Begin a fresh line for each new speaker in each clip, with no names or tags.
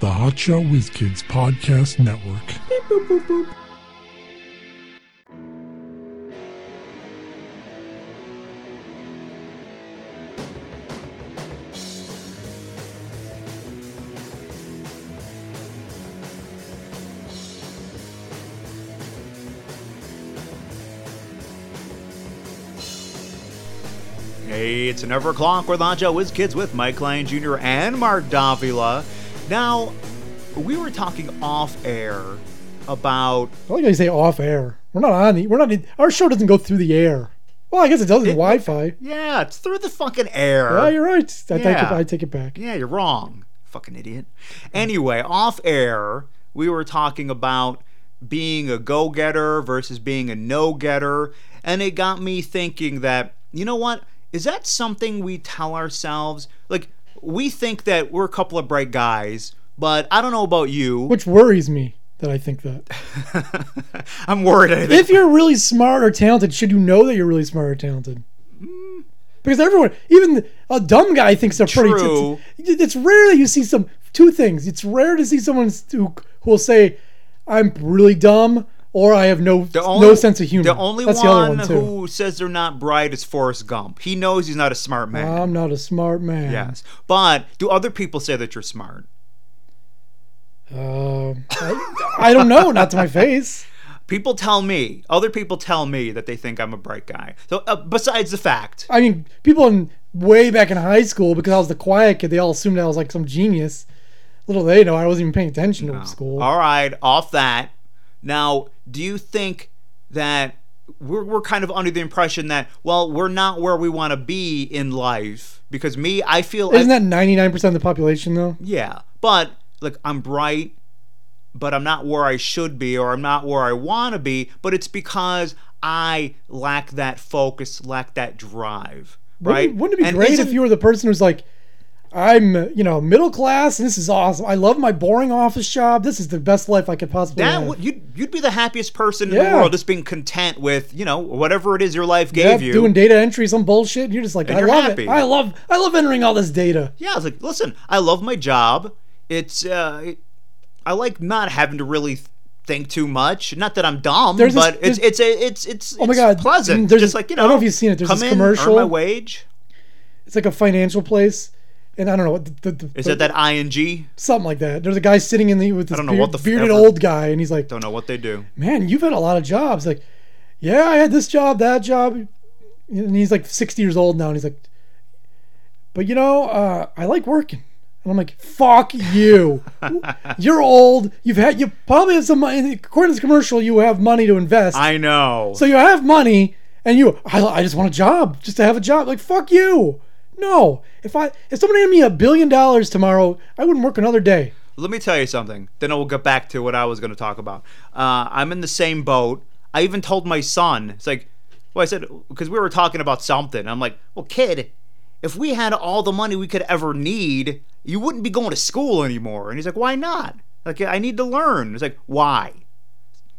the Hotshot Whiz Kids Podcast Network.
Hey, it's another o'clock. We're the Hotshot Whiz Kids with Mike Lyon Jr. and Mark Davila. Now, we were talking off air about
I like how you say off air. We're not on the. We're not. In, our show doesn't go through the air. Well, I guess it does in Wi-Fi.
yeah, it's through the fucking air.
Yeah, you're right. I, take it,
Yeah.
I take it back.
Yeah, you're wrong. Fucking idiot. Anyway, off air, we were talking about being a go getter versus being a no getter. And it got me thinking that, you know what? Is that something we tell ourselves? Like, we think that we're a couple of bright guys, but I don't know about you.
Which worries me that I think that.
I'm worried. I think-
if you're really smart or talented, should you know that you're really smart or talented?
Hmm.
Because everyone, even a dumb guy, thinks they're pretty.
True.
It's, it's rare that you see some two things. It's rare to see someone who, who will say, "I'm really dumb," or "I have no no sense of humor."
The only
That's the other
one
one too.
who says they're not bright is Forrest Gump. He knows he's not a smart man.
I'm not a smart man.
Yes. But do other people say that you're smart?
Um, I, I don't know. Not to my face.
People tell me, other people tell me that they think I'm a bright guy. So, uh, besides the fact,
I mean, people in way back in high school because I was the quiet kid. They all assumed I was like some genius. Little they know I wasn't even paying attention to school.
all right, off that. Now, do you think that we're, we're kind of under the impression that, well, we're not where we want to be in life? Because me, I feel. I-
Isn't that 99% of the population though?
Yeah, but like I'm bright, but I'm not where I should be or I'm not where I want to be, but it's because I lack that focus, lack that drive, right?
Wouldn't, wouldn't it be
And
great
isn't-
if you were the person who's like, I'm, you know, middle class and this is awesome. I love my boring office job. This is the best life I could possibly
that
have.
would you'd, you'd be the happiest person in the
Yeah.
world just being content with, you know, whatever it is your life
Yep,
gave you.
doing data entry, some bullshit. And you're just like, I
you're
love
happy.
it. I love, I love entering all this data.
yeah, I was like, listen, I love my job. It's uh it- I like not having to really th- think too much. Not that I'm dumb,
There's this-
but it's
there's- Oh
it's a, it's it's
my
it's
God,
pleasant.
there's
just
this-
like you
I
know,
don't know if you've seen it, there's
come
this
in,
commercial.
earn my wage.
It's like a financial place. And I don't know. The, the,
Is
the,
that that ing?
something like that. There's a guy sitting in the with this
don't know
beard-
what the f-
bearded
ever-
old guy, and he's like,
Don't know what they do.
"Man, you've had a lot of jobs." Like, yeah, I had this job, that job, and he's like 60 years old now, and he's like, "But you know, uh, I like working." And I'm like, "Fuck you! You're old. You've had you probably have some money. According to this commercial, you have money to invest.
I know.
so you have money, and you, I, I just want a job, just to have a job. Like, fuck you." No, if I if someone handed me a billion dollars tomorrow, I wouldn't work another day.
Let me tell you something. Then I will get back to what I was going to talk about. Uh, I'm in the same boat. I even told my son. It's like, well, I said because we were talking about something. I'm like, well, kid, if we had all the money we could ever need, you wouldn't be going to school anymore. And he's like, why not? Like, I need to learn. It's like, why?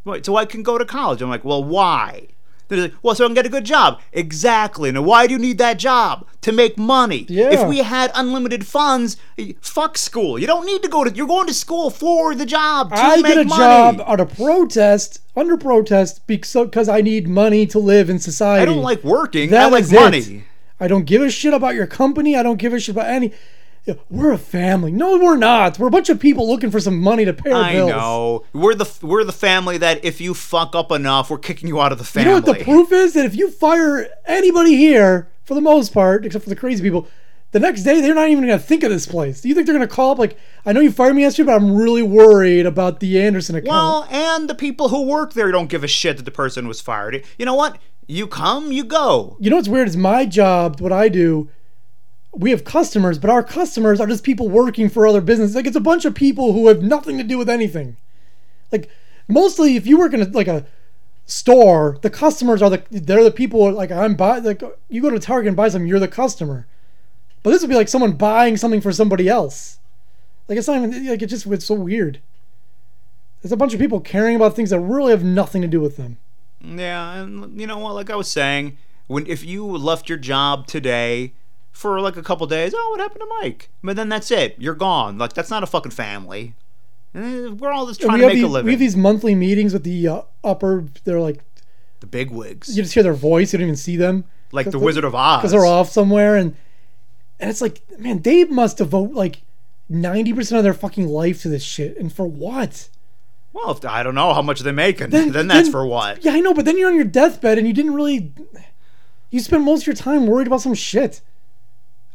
Right, so I can go to college. I'm like, well, why? They're like, well, so I can get a good job. Exactly. Now, why do you need that job? To make money.
Yeah.
If we had unlimited funds, y- fuck school. You don't need to go to. You're going to school for the job to
I
make
get a
money.
job out of protest, under protest, because I need money to live in society.
I don't like working. I
That
like
is it.
money.
I don't give a shit about your company. I don't give a shit about any. We're a family. No, we're not. We're a bunch of people looking for some money to pay our
I
bills.
know. We're the we're the family that if you fuck up enough, we're kicking you out of the
You
family.
know what the proof is? That if you fire anybody here, for the most part, except for the crazy people, the next day they're not even going to think of this place. Do you think they're going to call up like, I know you fired me yesterday, but I'm really worried about the Anderson account.
Well, and the people who work there don't give a shit that the person was fired. You know what? You come, you go.
you know what's weird is my job, what I do, we have customers, but our customers are just people working for other businesses. Like it's a bunch of people who have nothing to do with anything. Like mostly if you work in a, like a store, the customers are the they're the people like I'm buy like you go to Target and buy something, you're the customer. But this would be like someone buying something for somebody else. Like it's not even like it just it's so weird. There's a bunch of people caring about things that really have nothing to do with them.
Yeah, and you know what? Like I was saying, when if you left your job today, for like a couple days. Oh, what happened to Mike? But then that's it. You're gone. Like that's not a fucking family. Eh, We're all just trying
we
to
have,
make
these,
a living.
we have these monthly meetings with the uh, upper. They're like
the big wigs,
you just hear their voice, you don't even see them
like the
the-
Wizard of Oz.
because they're off somewhere, and and it's like, man, they must devote like ninety percent of their fucking life to this shit, and for what?
Well, if, I don't know how much they're making. Then, that's
then-
for what?
Yeah, I know, but then you're on your deathbed and you didn't really. You spend most of your time worried about some shit.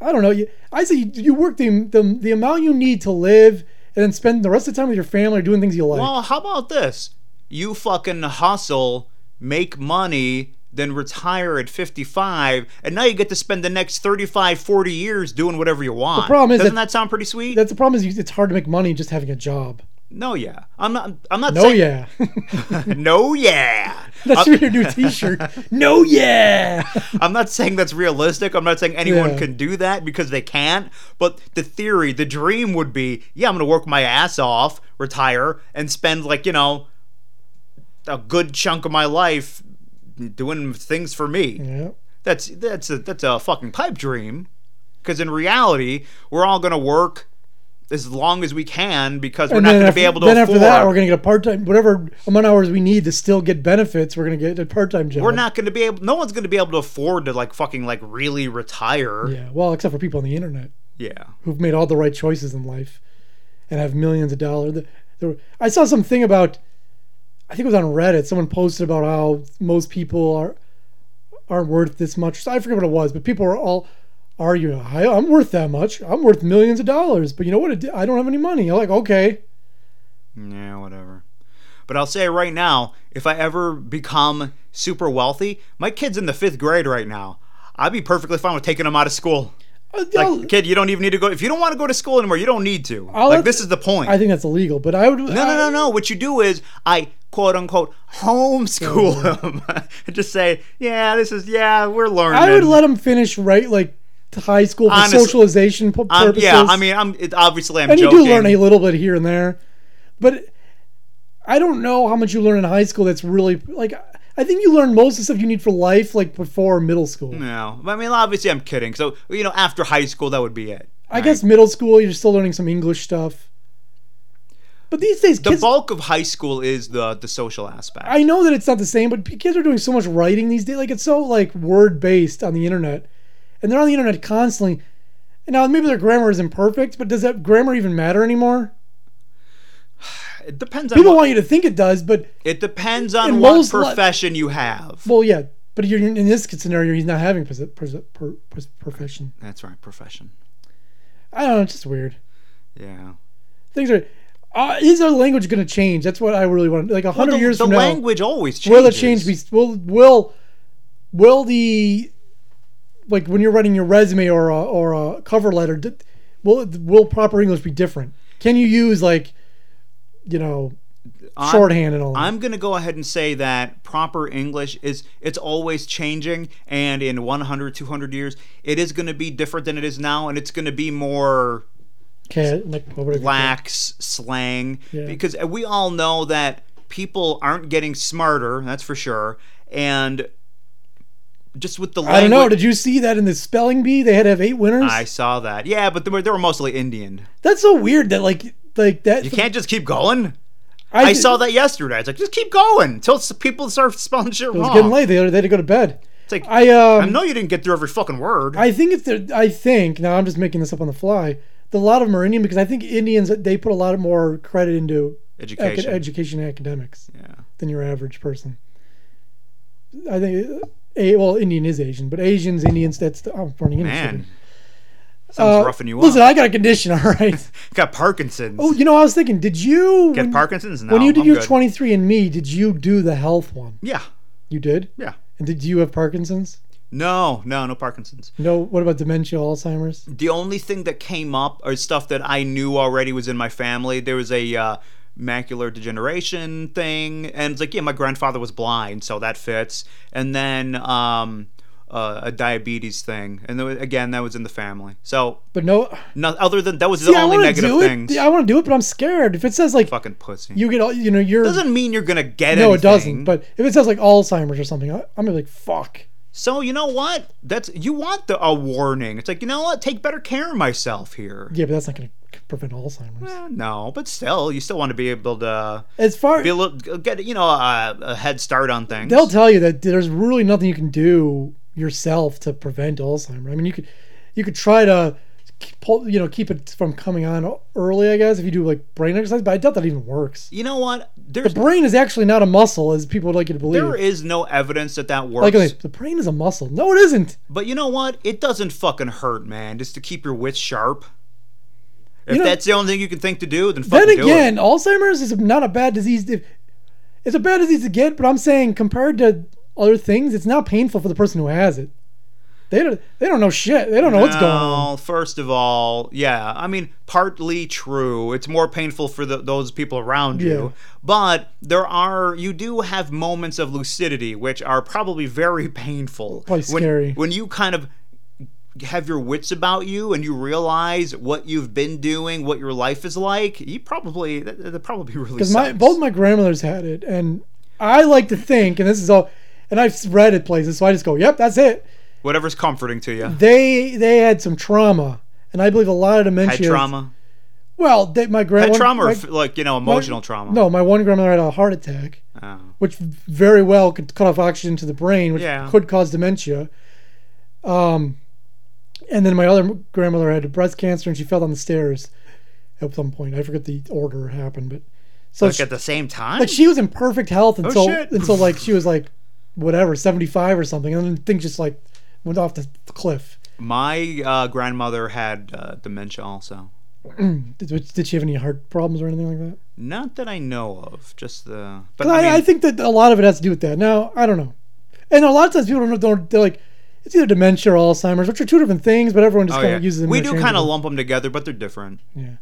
I don't know. You, I say you, you work the, the the amount you need to live, and then spend the rest of the time with your family doing things you like.
Well, how about this? You fucking hustle, make money, then retire at 55, and now you get to spend the next 35, 40 years doing whatever you want.
problem is
Doesn't
that-
that, sound pretty sweet?
That's the problem is you, it's hard to make money just having a job.
no, yeah. I'm not. I'm not.
No,
saying,
yeah,
No, yeah.
that should be your new T-shirt. no, yeah.
I'm not saying that's realistic. I'm not saying anyone
Yeah.
can do that because they can't. But the theory, the dream would be, yeah, I'm going to work my ass off, retire, and spend like you know a good chunk of my life doing things for me.
yeah.
That's that's a that's a fucking pipe dream. Because in reality, we're all going to work as long as we can because we're not going to be able to
then
afford.
after that, we're going to get a part-time, whatever amount of hours we need to still get benefits. We're going to get a part-time job.
we're not going to be able. No one's going to be able to afford to like fucking like really retire.
Yeah, well, except for people on the internet.
yeah.
who've made all the right choices in life and have millions of dollars. There- there were- I saw some thing about, I think it was on Reddit. Someone posted about how most people are aren't worth this much. I forget what it was, but people are all arguing. I, I'm worth that much. I'm worth millions of dollars, but you know what? It, I don't have any money. I'm like, okay,
Yeah, whatever. But I'll say right now, if I ever become super wealthy, my kid's in the fifth grade right now. I'd be perfectly fine with taking him out of school.
Uh, I'll-
Like, kid, you don't even need to go. If you don't want to go to school anymore, you don't need to.
I'll
like,
let-
this is the point.
I think that's illegal. But I would.
no, no, no, no. What you do is I quote unquote homeschool him. and just say, yeah, this is, yeah, we're learning.
I would let him finish right like to high school for
Honestly-
socialization pu-
I'm,
purposes.
yeah, I mean, I'm it, obviously I'm
and
joking.
you do learn a little bit here and there, but I don't know how much you learn in high school. That's really like I think you learn most of the stuff you need for life like before middle school.
no, I mean, obviously I'm kidding. So you know, after high school, that would be it.
I guess middle school you're still learning some English stuff, but these days
the
kids.
bulk of high school is the the social aspect.
I know that it's not the same, but kids are doing so much writing these days. Like it's so like word based on the internet, and they're on the internet constantly. And now maybe their grammar isn't perfect, but does that grammar even matter anymore?
It depends on
People
what,
want you to think it does, but
it depends on
in
what
most li-
profession you have.
Well, yeah, but you're, in this scenario, he's not having pers- pers- per- pers- profession.
That's right, profession.
I don't know. It's just weird.
Yeah.
Things are. Uh, is our language going to change? That's what I really want. Like a
Well,
hundred
the,
years
the
from
language always
now,
changes.
will it change? Be will will will the like when you're writing your resume or a, or a cover letter, d- will will proper English be different? Can you use like you know
I'm-
shorthand and all that?
I'm going to go ahead and say that proper English is it's always changing and in 100 200 years it is going to be different than it is now and it's going to be more
Can- like, what would it be?
lax slang
Yeah.
because we all know that people aren't getting smarter, that's for sure, and just with the
I don't
language
know. Did you see that in the spelling bee? They had to have eight winners.
I saw that. Yeah, but they were, they were mostly Indian.
That's so weird that like like that.
You can't just keep going. I, saw that yesterday. It's like just keep going until s- people start spelling shit
It was
wrong.
getting late. They had, they had to go to bed.
It's like I,
I um
know you didn't get through every fucking word.
I think it's the I think now I'm just making this up on the fly. The lot of them are Indian because I think Indians they put a lot of more credit into acad-
Education.
education and academics
yeah.
than your average person. I think. A, well, Indian is Asian, but Asians, Indians, that's the, I'm running into
Man.
shit.
Sounds
Uh,
roughing you
Listen,
up.
I got a condition, all right.
Got Parkinson's.
oh, you know, I was thinking, did you
Get
when,
Parkinson's? No.
when you did
I'm
your
good.
23 and Me, did you do the health one?
Yeah.
You did,
Yeah.
and did you have Parkinson's?
No, no, no Parkinson's.
No. What about dementia, Alzheimer's?
The only thing that came up or stuff that I knew already was in my family. There was a uh, macular degeneration thing, and it's like, yeah, my grandfather was blind, so that fits. And then um, uh, a diabetes thing, and there was, again, that was in the family. So,
But no,
no, other than that was
See,
the
I
only
want to
negative
do
things.
it. I want to do it, but I'm scared. If it says like
Fucking pussy.
you get all, you know, you're
doesn't mean you're gonna get
no,
anything.
it doesn't. But if it says like Alzheimer's or something, I, I'm gonna be like, fuck.
So you know what? That's you want the a warning. It's like you know what? Take better care of myself here.
Yeah, but that's not going to prevent Alzheimer's.
Eh, no, but still, you still want to be able to
As far
be a little, get you know a, a head start on things.
they'll tell you that there's really nothing you can do yourself to prevent Alzheimer's. I mean, you could you could try to keep- pull- you know keep it from coming on early, I guess, if you do like brain exercise. But I doubt that even works.
you know what?
The
There's
brain is actually not a muscle, as people would like you to believe.
there is no evidence that that works.
like, like, the brain is a muscle. No, it isn't.
But you know what? It doesn't fucking hurt, man. Just to keep your wits sharp. If
know-
that's the only thing you can think to do, then fucking
Then
do
again,
it.
Alzheimer's is not a bad disease. If- It's a bad disease to get, but I'm saying compared to other things, it's not painful for the person who has it. They don't, they don't know shit. They don't know what's going on.
Well, first of all, yeah, I mean, partly true. It's more painful for the, those people around
Yeah.
you, but there are you do have moments of lucidity which are probably very painful.
Probably
when,
scary.
when you kind of have your wits about you and you realize what you've been doing, what your life is like. You probably that, that probably really
Because my
sucks.
both my grandmothers had it, and I like to think, and this is all, and I've read it places, so I just go, "Yep, that's it."
whatever's comforting to you.
They they had some trauma, and I believe a lot of
Head
dementia. is-
trauma,
Well, they, my
head
grandma.
trauma, or
my,
f like you know, emotional trauma.
No, my one grandmother had a heart attack,
Oh.
which very well could cut off oxygen to the brain, which
Yeah.
could cause dementia. Um, and then my other grandmother had breast cancer, and she fell down the stairs at some point. I forget the order happened, but so
Like
she-
at the same time.
like she was in perfect health until
Oh, shit.
until like she was like whatever 75 or something and then things just like went off the cliff
My uh, grandmother had uh, dementia also.
did, did she have any heart problems or anything like that
Not that I know of, just the. But
I,
I, mean,
I think that a lot of it has to do with that now i don't know and a lot of times people don't know don't, they're like it's either dementia or alzheimer's which are two different things but everyone just
oh,
kind
yeah.
of uses them
we do kind of
interchangeably.
lump them together, but they're different.
yeah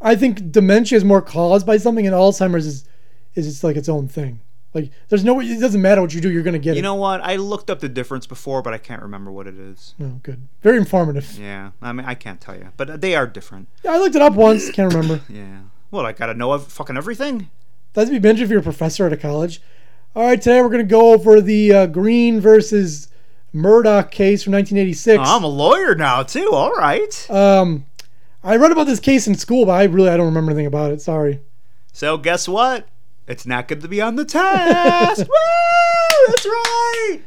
i think dementia is more caused by something and alzheimer's is is just like its own thing like there's no it doesn't matter what you do you're gonna get
You
it
know what? I looked up the difference before, but I can't remember what it is.
no Oh, good very informative
Yeah, I mean, I can't tell you, but they are different.
i looked it up once can't remember
Yeah. Well, I gotta know ev- fucking everything.
That'd be better if you're a professor at a college. All right, today we're going to go over the uh, Green versus Murdoch case from 1986.
Oh, I'm a lawyer now too. All right.
um, I read about this case in school, but I really I don't remember anything about it. Sorry.
So guess what? It's not good to be on the test. Woo! That's right.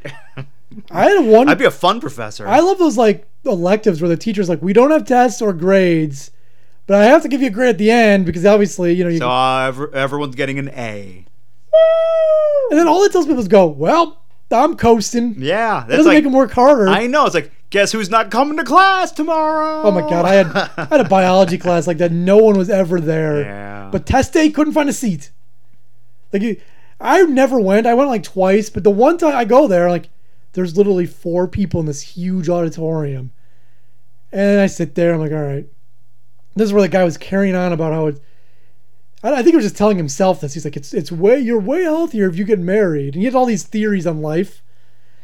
I had one.
I'd be a fun professor.
I love those like electives where the teacher's like, "We don't have tests or grades, but I have to give you a grade at the end because obviously, you know." You
so uh, ev- everyone's getting an A.
and then all it tells people is go, "Well, I'm coasting." It
Yeah, that's
doesn't
like
make them work harder.
I know. It's like, guess who's not coming to class tomorrow?
Oh my god, I had I had a biology class like that. No one was ever there.
Yeah.
But test day couldn't find a seat. Like you- I never went. I went like twice, but the one time I go there, like there's literally four people in this huge auditorium, and I sit there. I'm like, all right. This is where the guy was carrying on about how it. I I think he was just telling himself this. He's like, it's it's way you're way healthier if you get married, and he had all these theories on life.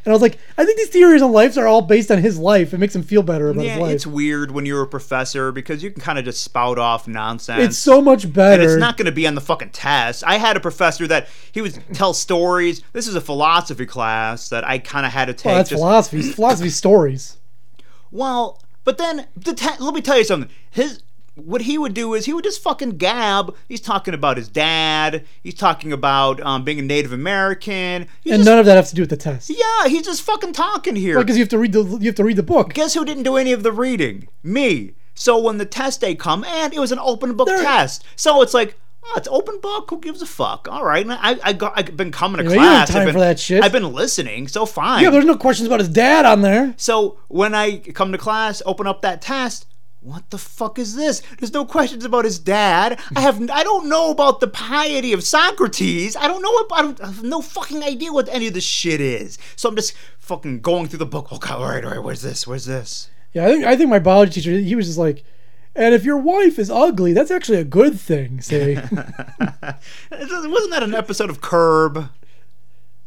And I was like, I think these theories on life are all based on his life. It makes him feel better about his
yeah,
life.
it's weird when you're a professor because you can kind of just spout off nonsense.
It's so much better.
and it's not going to be on the fucking test. I had a professor that he would tell stories. This is a philosophy class that I kind of had to take.
Well, Oh, that's
just-
philosophy. It's philosophy stories.
Well, but then the te- let me tell you something. His what he would do is he would just fucking gab. He's talking about his dad. He's talking about um, being a Native American. He's
And
just,
none of that has to do with the test.
yeah, he's just fucking talking here.
Because you have to read the you have to read the book.
Guess who didn't do any of the reading? Me. So when the test day come, and it was an open book test, so it's like, oh, it's open book. Who gives a fuck? All right, and I, I got, I've been coming to
Yeah, you don't have
class.
time
I've been,
for that shit.
I've been listening, so fine.
Yeah, there's no questions about his dad on there.
so when I come to class, open up that test. What the fuck is this? There's no questions about his dad. I have I don't know about the piety of Socrates. I don't know about I, don't, I have no fucking idea what any of this shit is. So I'm just fucking going through the book. Oh god, all right, all right, where's this? Where's this?
Yeah, I think I think my biology teacher he was just like, and if your wife is ugly, that's actually a good thing. Say
Wasn't that an episode of Curb?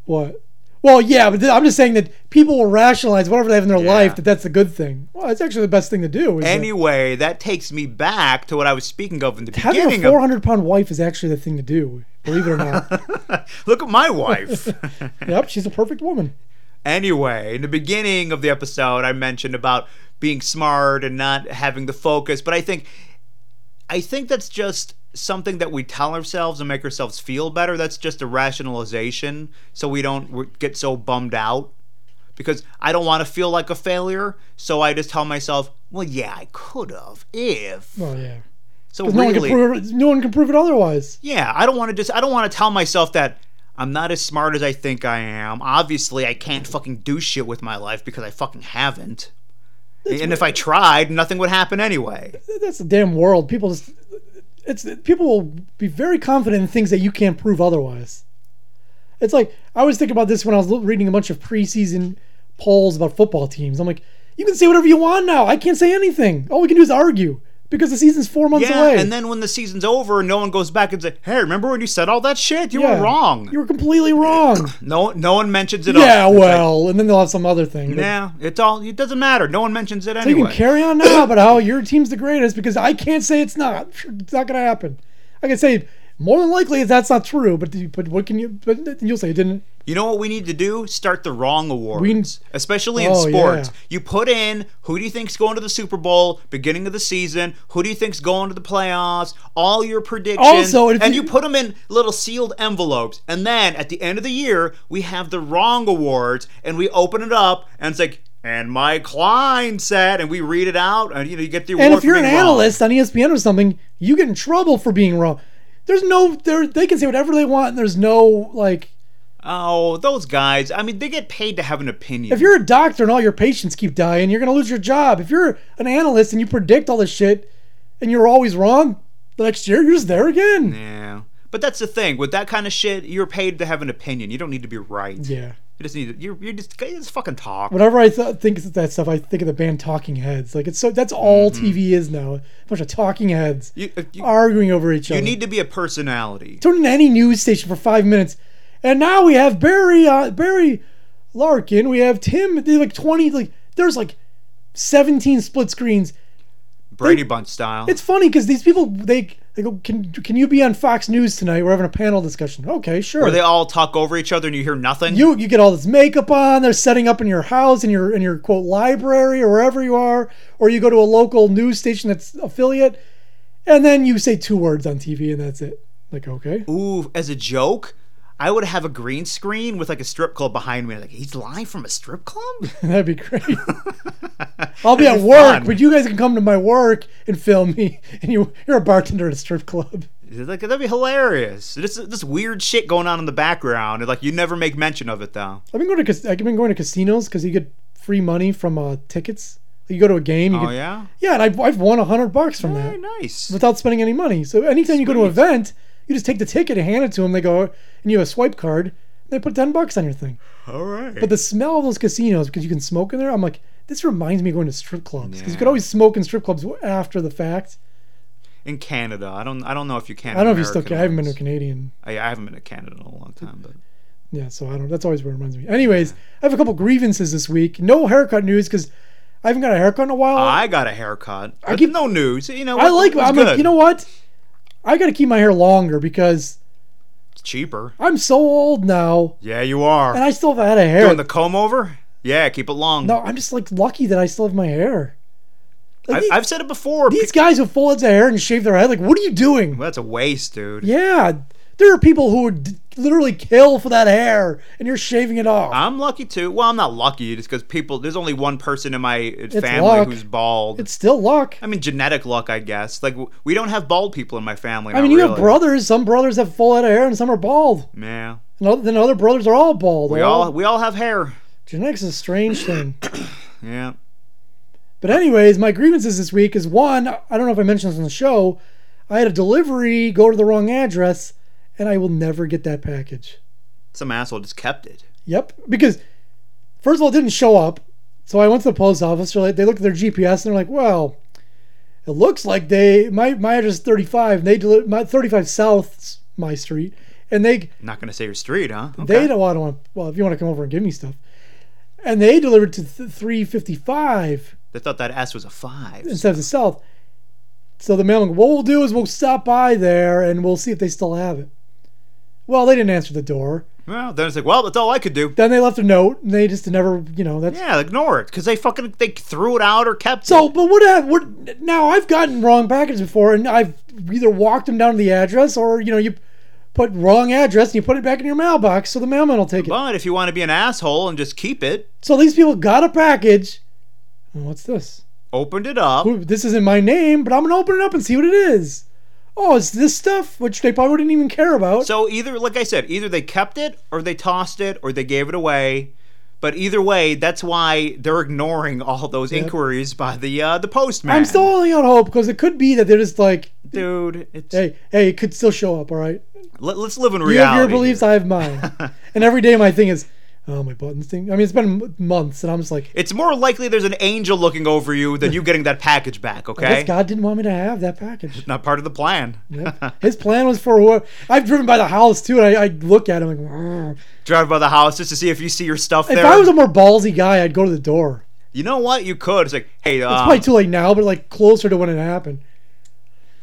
what? Well, yeah, but th- I'm just saying that people will rationalize whatever they have in their life
Yeah.
that that's a good thing. Well, that's actually the best thing to do. Is that
Anyway, that takes me back to what I was speaking of in the
having
beginning.
a 400 pound wife is actually the thing to do. Believe it or not.
Of, look at my wife.
yep, she's a perfect woman.
Anyway, in the beginning of the episode, I mentioned about being smart and not having the focus, but I think I think that's just something that we tell ourselves and make ourselves feel better. That's just a rationalization, so we don't w- get so bummed out. Because I don't want to feel like a failure, so I just tell myself, "Well, yeah, I could have if."
Oh yeah.
So
Because no one can
really,
prove it, no one can prove it otherwise.
yeah, I don't want to just I don't want to tell myself that I'm not as smart as I think I am. Obviously, I can't fucking do shit with my life because I fucking haven't. and if I tried, nothing would happen anyway.
That's the damn world. People just it's people will be very confident in things that you can't prove otherwise. It's like I always think about this when I was reading a bunch of preseason polls about football teams. I'm like, you can say whatever you want now. I can't say anything. All we can do is argue because the season's four months
Yeah,
away.
and then when the season's over and no one goes back and says, "Hey, remember when you said all that shit? You
Yeah.
were wrong."
You were completely wrong.
no, no one mentions it.
yeah,
all. It's like,
well, and then they'll have some other thing. But
yeah, it's all. It doesn't matter. No one mentions it
You
anyway.
can carry on now about how your team's the greatest because I can't say it's not. It's not going to happen. I can say more than likely that's not true, but you- but what can you? But you'll say it didn't.
You know what we need to do? Start the wrong awards, especially in
Oh,
sports.
yeah.
You put in who do you think's going to the Super Bowl, beginning of the season, who do you think's going to the playoffs, all your predictions,
Also, if
and you,
you-
put them in little sealed envelopes. And then at the end of the year, we have the wrong awards, and we open it up, and it's like, and Mike Klein said, and we read it out, and you know you get the award.
And if
for
you're an
being wrong.
analyst on E ESPN or something, you get in trouble for being wrong. There's no there. They can say whatever they want, and there's no like.
oh, those guys. I mean, they get paid to have an opinion.
If you're a doctor and all your patients keep dying, you're gonna lose your job. If you're an analyst and you predict all this shit, and you're always wrong, the next year you're just there again.
Yeah. But that's the thing with that kind of shit. You're paid to have an opinion. You don't need to be right.
Yeah.
You just need to. You're, you're just you just fucking talk.
Whenever I th- think of that stuff, I think of the band Talking Heads. Like it's so that's all TV is now. A bunch of talking heads
Mm-hmm. You if you,
arguing over each
you
other.
need to be a personality.
Tune in any news station for five minutes, and now we have Barry uh, Barry Larkin. We have Tim. They like twenty. Like there's like seventeen split screens.
Brady Bunch style.
It's funny because these people they they go can can you be on Fox News tonight? We're having a panel discussion. Okay, sure.
Where they all talk over each other and you hear nothing.
you you get all this makeup on they're setting up in your house in your in your quote library or wherever you are or you go to a local news station that's affiliate and then you say two words on tv and that's it like okay
Ooh, as a joke. I would have a green screen with like a strip club behind me. Like he's live from a strip club.
that'd be great i'll be at
be
work
fun.
but you guys can come to my work and film me and you you're a bartender at a strip club
It's like that'd be hilarious. This this weird shit going on in the background. And like you never make mention of it though.
i've been going to cas- i've been going to casinos because you get free money from uh tickets you go to a game you
Oh
get,
yeah.
yeah and I've, I've won 100 bucks from that
Very nice.
without spending any money. So anytime you go to an event, you just take the ticket and hand it to them. They go, and you have a swipe card. And they put ten bucks on your thing.
All right.
But the smell of those casinos because you can smoke in there. I'm like, this reminds me of going to strip clubs because you could always smoke in strip clubs after the fact.
in Canada, I don't I don't know if you can.
I don't know if you still.
American
Can. I haven't been
ones.
to a Canadian.
I, I haven't been to Canada in a long time, but
Yeah, so I don't. That's always what it reminds me. Anyways, I have a couple grievances this week. No haircut news because I haven't got a haircut in a while.
I got a haircut. I
Oh. keep-
no news. You know,
I
what-
like.
what's
I'm
good?
like, you know what? I got to keep my hair longer because
it's cheaper.
I'm so old now,
Yeah, you are
and I still have had a hair.
doing the comb over. Yeah, keep it long.
No, I'm just like lucky that I still have my hair. Like,
I,
the-
I've said it before. pe-
these guys with full heads of hair and shave their head, like, what are you doing?
well, that's a waste, dude.
Yeah, there are people who would d- literally kill for that hair, and you're shaving it off.
I'm lucky too. Well, I'm not lucky just because people. There's only one person in my uh, family
luck.
who's bald.
it's still luck.
I mean, genetic luck, I guess. Like w- we don't have bald people in my family.
I mean, you have brothers. Some brothers have full head of hair, and some are bald.
Yeah,
And other, then other brothers are all bald.
we
They're all-
all we all have hair.
genetics is a strange thing.
Yeah.
But anyways, my grievances this week is one, I don't know if I mentioned this on the show, I had a delivery go to the wrong address, and I will never get that package.
Some asshole just kept it.
Yep. Because first of all, it didn't show up. So I went to the post office. They're like, they looked at their GPS and they're like, well, it looks like they my my address is 35. And they deli- my 35 South my street, and they
Not gonna say your street, huh?
they don't want to. Well, if you want to come over and give me stuff, and they delivered to th- 355
They thought that S was a five.
instead of the South. So the mailman, what we'll do is we'll stop by there and we'll see if they still have it. Well, they didn't answer the door.
Well, then it's like, well, that's all I could do.
Then they left a note, and they just never, you know, that's
Yeah, ignore it because they fucking they threw it out or kept
So,
it.
but what, have, what? Now I've gotten wrong packages before, and I've either walked them down to the address, or you know, you put wrong address and you put it back in your mailbox, so the mailman will take it.
But if you want to be an asshole and just keep it,
So these people got a package. And what's this?
opened it up.
Ooh, This isn't my name, but I'm gonna open it up and see what it is. Oh, it's this stuff, which they probably wouldn't even care about.
So either, like I said, either they kept it or they tossed it or they gave it away. But either way, that's why they're ignoring all those inquiries by the uh, the postman.
I'm still holding out hope because it could be that they're just like,
dude. It's,
hey, hey, it could still show up. All right,
let, us live in
you
reality.
have your beliefs,
here.
I have mine. and every day my thing is, oh, my buttons thing. I mean, it's been m- months, and I'm just like,
it's more likely there's an angel looking over you than you getting that package back.
I
Okay,
guess God didn't want me to have that package.
not part of the plan.
His plan was for whoever. I've driven by the house too, and I, I look at him like, "Grr."
Drive by the house just to see if you see your stuff
if
there.
I was a more ballsy guy, I'd go to the door.
you know what? You could. It's like, hey,
It's
uh,
probably too late now, but like closer to when it happened.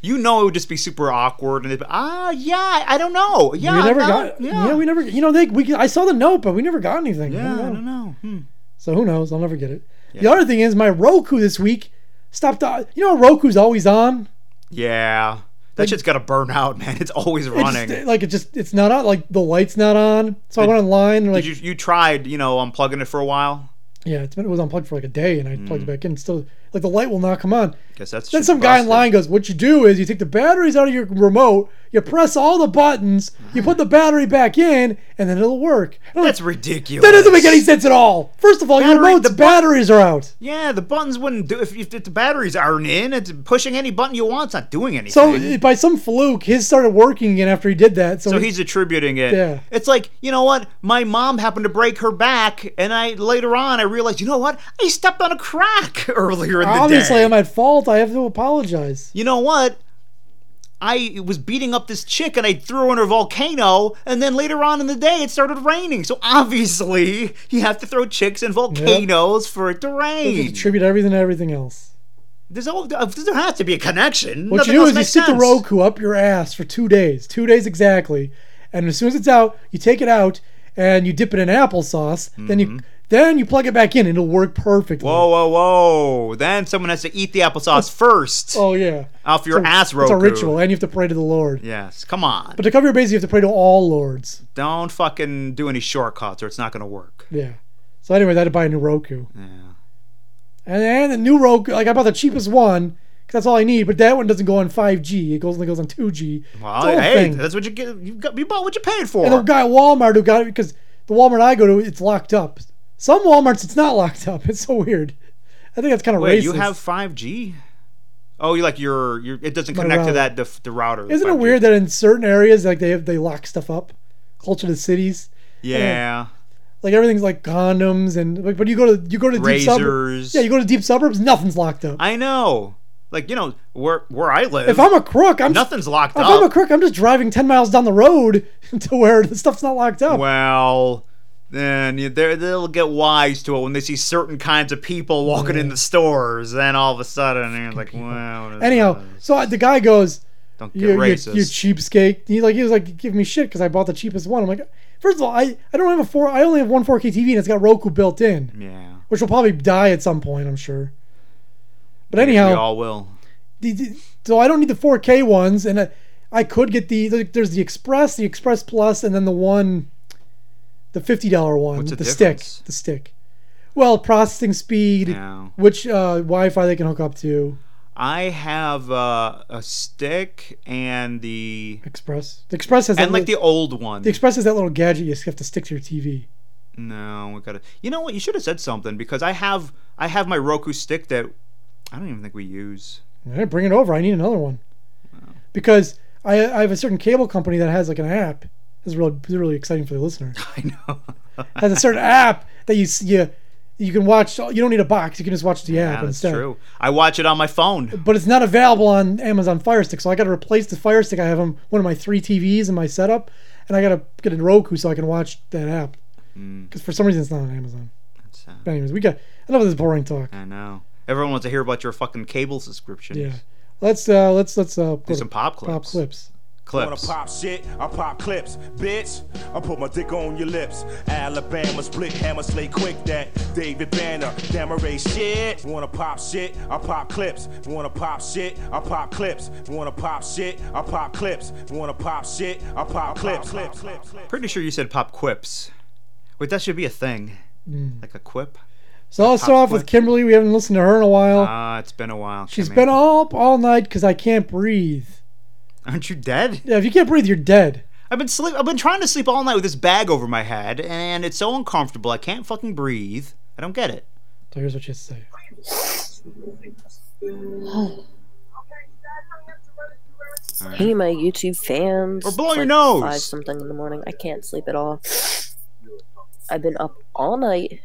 you know, it would just be super awkward. And they'd be, ah, yeah, I don't know. Yeah,
we never
uh,
got. Yeah.
Yeah,
we never. You know, they. We. I saw the note, but we never got anything. I
Yeah,
don't
I
know.
don't know. Hmm.
So who knows? I'll never get it. The other thing is my Roku this week stopped. o- You know, Roku's always on.
Yeah. That shit's got to burn out, man. It's always
It
running.
just, like it just. It's not on. Like the light's not on. So I went online and like.
Did you you tried, you know, unplugging it for a while?
yeah, it's been. It was unplugged for like a day, and I plugged it
Hmm.
back in. Still, like the light will not come on.
Guess that's
Then
just
some guy in
busted.
line goes, "What you do is you take the batteries out of your remote, you press all the buttons, you put the battery back in, and then it'll work." And I'm like,
That's ridiculous.
that doesn't make any sense at all. First of all, your
Battery-
remote's
the
batteries are out,
Yeah, the buttons wouldn't do if, if the batteries aren't in. It's pushing any button you want's not doing anything.
so by some fluke, his started working again after he did that. So,
So he's attributing it.
Yeah.
It's like, you know what? My mom happened to break her back, and I later on I realized, you know what? I stepped on a crack earlier in the
obviously,
day.
I'm at fault. I have to apologize.
you know what? I was beating up this chick and I threw her in her volcano, and then later on in the day it started raining. So obviously, you have to throw chicks in volcanoes for it to rain.
Attribute everything to everything else.
There's all, there has to be a connection.
What
Nothing
you do
else
is you
makes
stick the
sense.
Roku up your ass for two days, two days exactly, and as soon as it's out, you take it out and you dip it in applesauce. Then you then you plug it back in, and it'll work perfectly.
Mm-hmm. Whoa, whoa, whoa. Then someone has to eat the applesauce first
Oh yeah,
off your ass Roku.
it's a ritual, and you have to pray to the Lord.
Yes, come on.
But to cover your bases, you have to pray to all lords.
Don't fucking do any shortcuts or it's not going to work.
Yeah. So anyway, I had to buy a new Roku,
Yeah.
and and the new Roku, like I bought the cheapest one. 'cause That's all I need, but that one doesn't go on 5G. It goes only goes on 2G. It's a
Well,
whole
hey,
thing.
that's what you get. You, got, you bought what you paid for.
And the guy at Walmart who got it because the Walmart I go to, it's locked up. Some Walmarts, it's not locked up. It's so weird. I think that's kind of
Wait,
racist.
you have 5G? Oh, you like your your it doesn't
My
connect to
router.
that the, f- the router. the
Isn't it
5G.
weird that in certain areas, like they have, they lock stuff up, closer to cities,
Yeah.
like everything's like condoms and like. But you go to you go to deep suburbs.
Razors.
Yeah, you go to deep suburbs, nothing's locked up.
I know. Like, you know, where where I Oh. live,
if I'm a crook, I'm
nothing's locked
If
up.
I'm a crook, I'm just driving ten miles down the road to where the stuff's not locked up.
well, then you, they're- they'll get wise to it when they see certain kinds of people walking in the stores. Then all of a sudden, they're like, well, what is
Anyhow,
that?
so I- the guy goes.
don't get
you, you,
racist.
you cheapskate. He like he was like give me shit because I bought the cheapest one. I'm like, first of all, I, I don't have a four. I only have one 4K TV and it's got Roku built in,
yeah.
which will probably die at some point, I'm sure. But
we
anyhow,
all will.
the, the- so I don't need the 4K ones, and I, I could get the like, there's the Express, the Express Plus, and then the one, the fifty dollar one,
What's the
stick,
difference?
the stick. Well, processing speed,
Yeah.
which uh, Wi-Fi they can hook up to
I have uh, a stick and the
Express. The Express has
and
that
like
li-
the old one.
the Express has that little gadget you have to stick to your TV.
No, we gotta. You know what? You should have said something because I have I have my Roku stick that I don't even think we use.
All right, bring it over. I need another one because I, I have a certain cable company that has like an app. This is really this is really exciting for the listener.
I know.
has a certain app that you s- you you can watch. You don't need a box. You can just watch the
yeah,
app
that's
instead.
true. I watch it on my phone.
But it's not available on Amazon Fire Stick, so I got to replace the Fire Stick I have on one of my three TVs in my setup, and I got to get a Roku so I can watch that app.
Mm.
Because for some reason it's not on Amazon.
That's, uh,
But anyways, we got enough of this boring talk.
I know. Everyone wants to hear about your fucking cable subscriptions.
Yeah, let's uh let's let's uh
Do some pop clips.
pop clips.
Wanna
clips.
pop shit? I pop clips, bitch. I put my dick on your lips. Alabama split hammer slay quick that David Banner, Damaray shit. Wanna pop shit? I pop clips. Wanna pop shit? I pop clips. Wanna pop shit? I pop clips. Wanna pop shit? I pop clips. clips, clips, clips.
Pretty sure you said pop quips. Wait, that should be a thing.
Mm.
Like a quip?
So I'll start off with Kimberly. We haven't listened to her in a while.
Ah, it's been a while.
She's
Kimmy.
been up all night because I can't breathe.
Aren't you dead?
Yeah, if you can't breathe, you're dead.
I've been sleep. I've been trying to sleep all night with this bag over my head, and it's so uncomfortable. I can't fucking breathe. I don't get it.
So here's what she has to say.
Hey, my YouTube fans.
Or blow your
It's like
nose.
Five something in the morning. I can't sleep at all. I've been up all night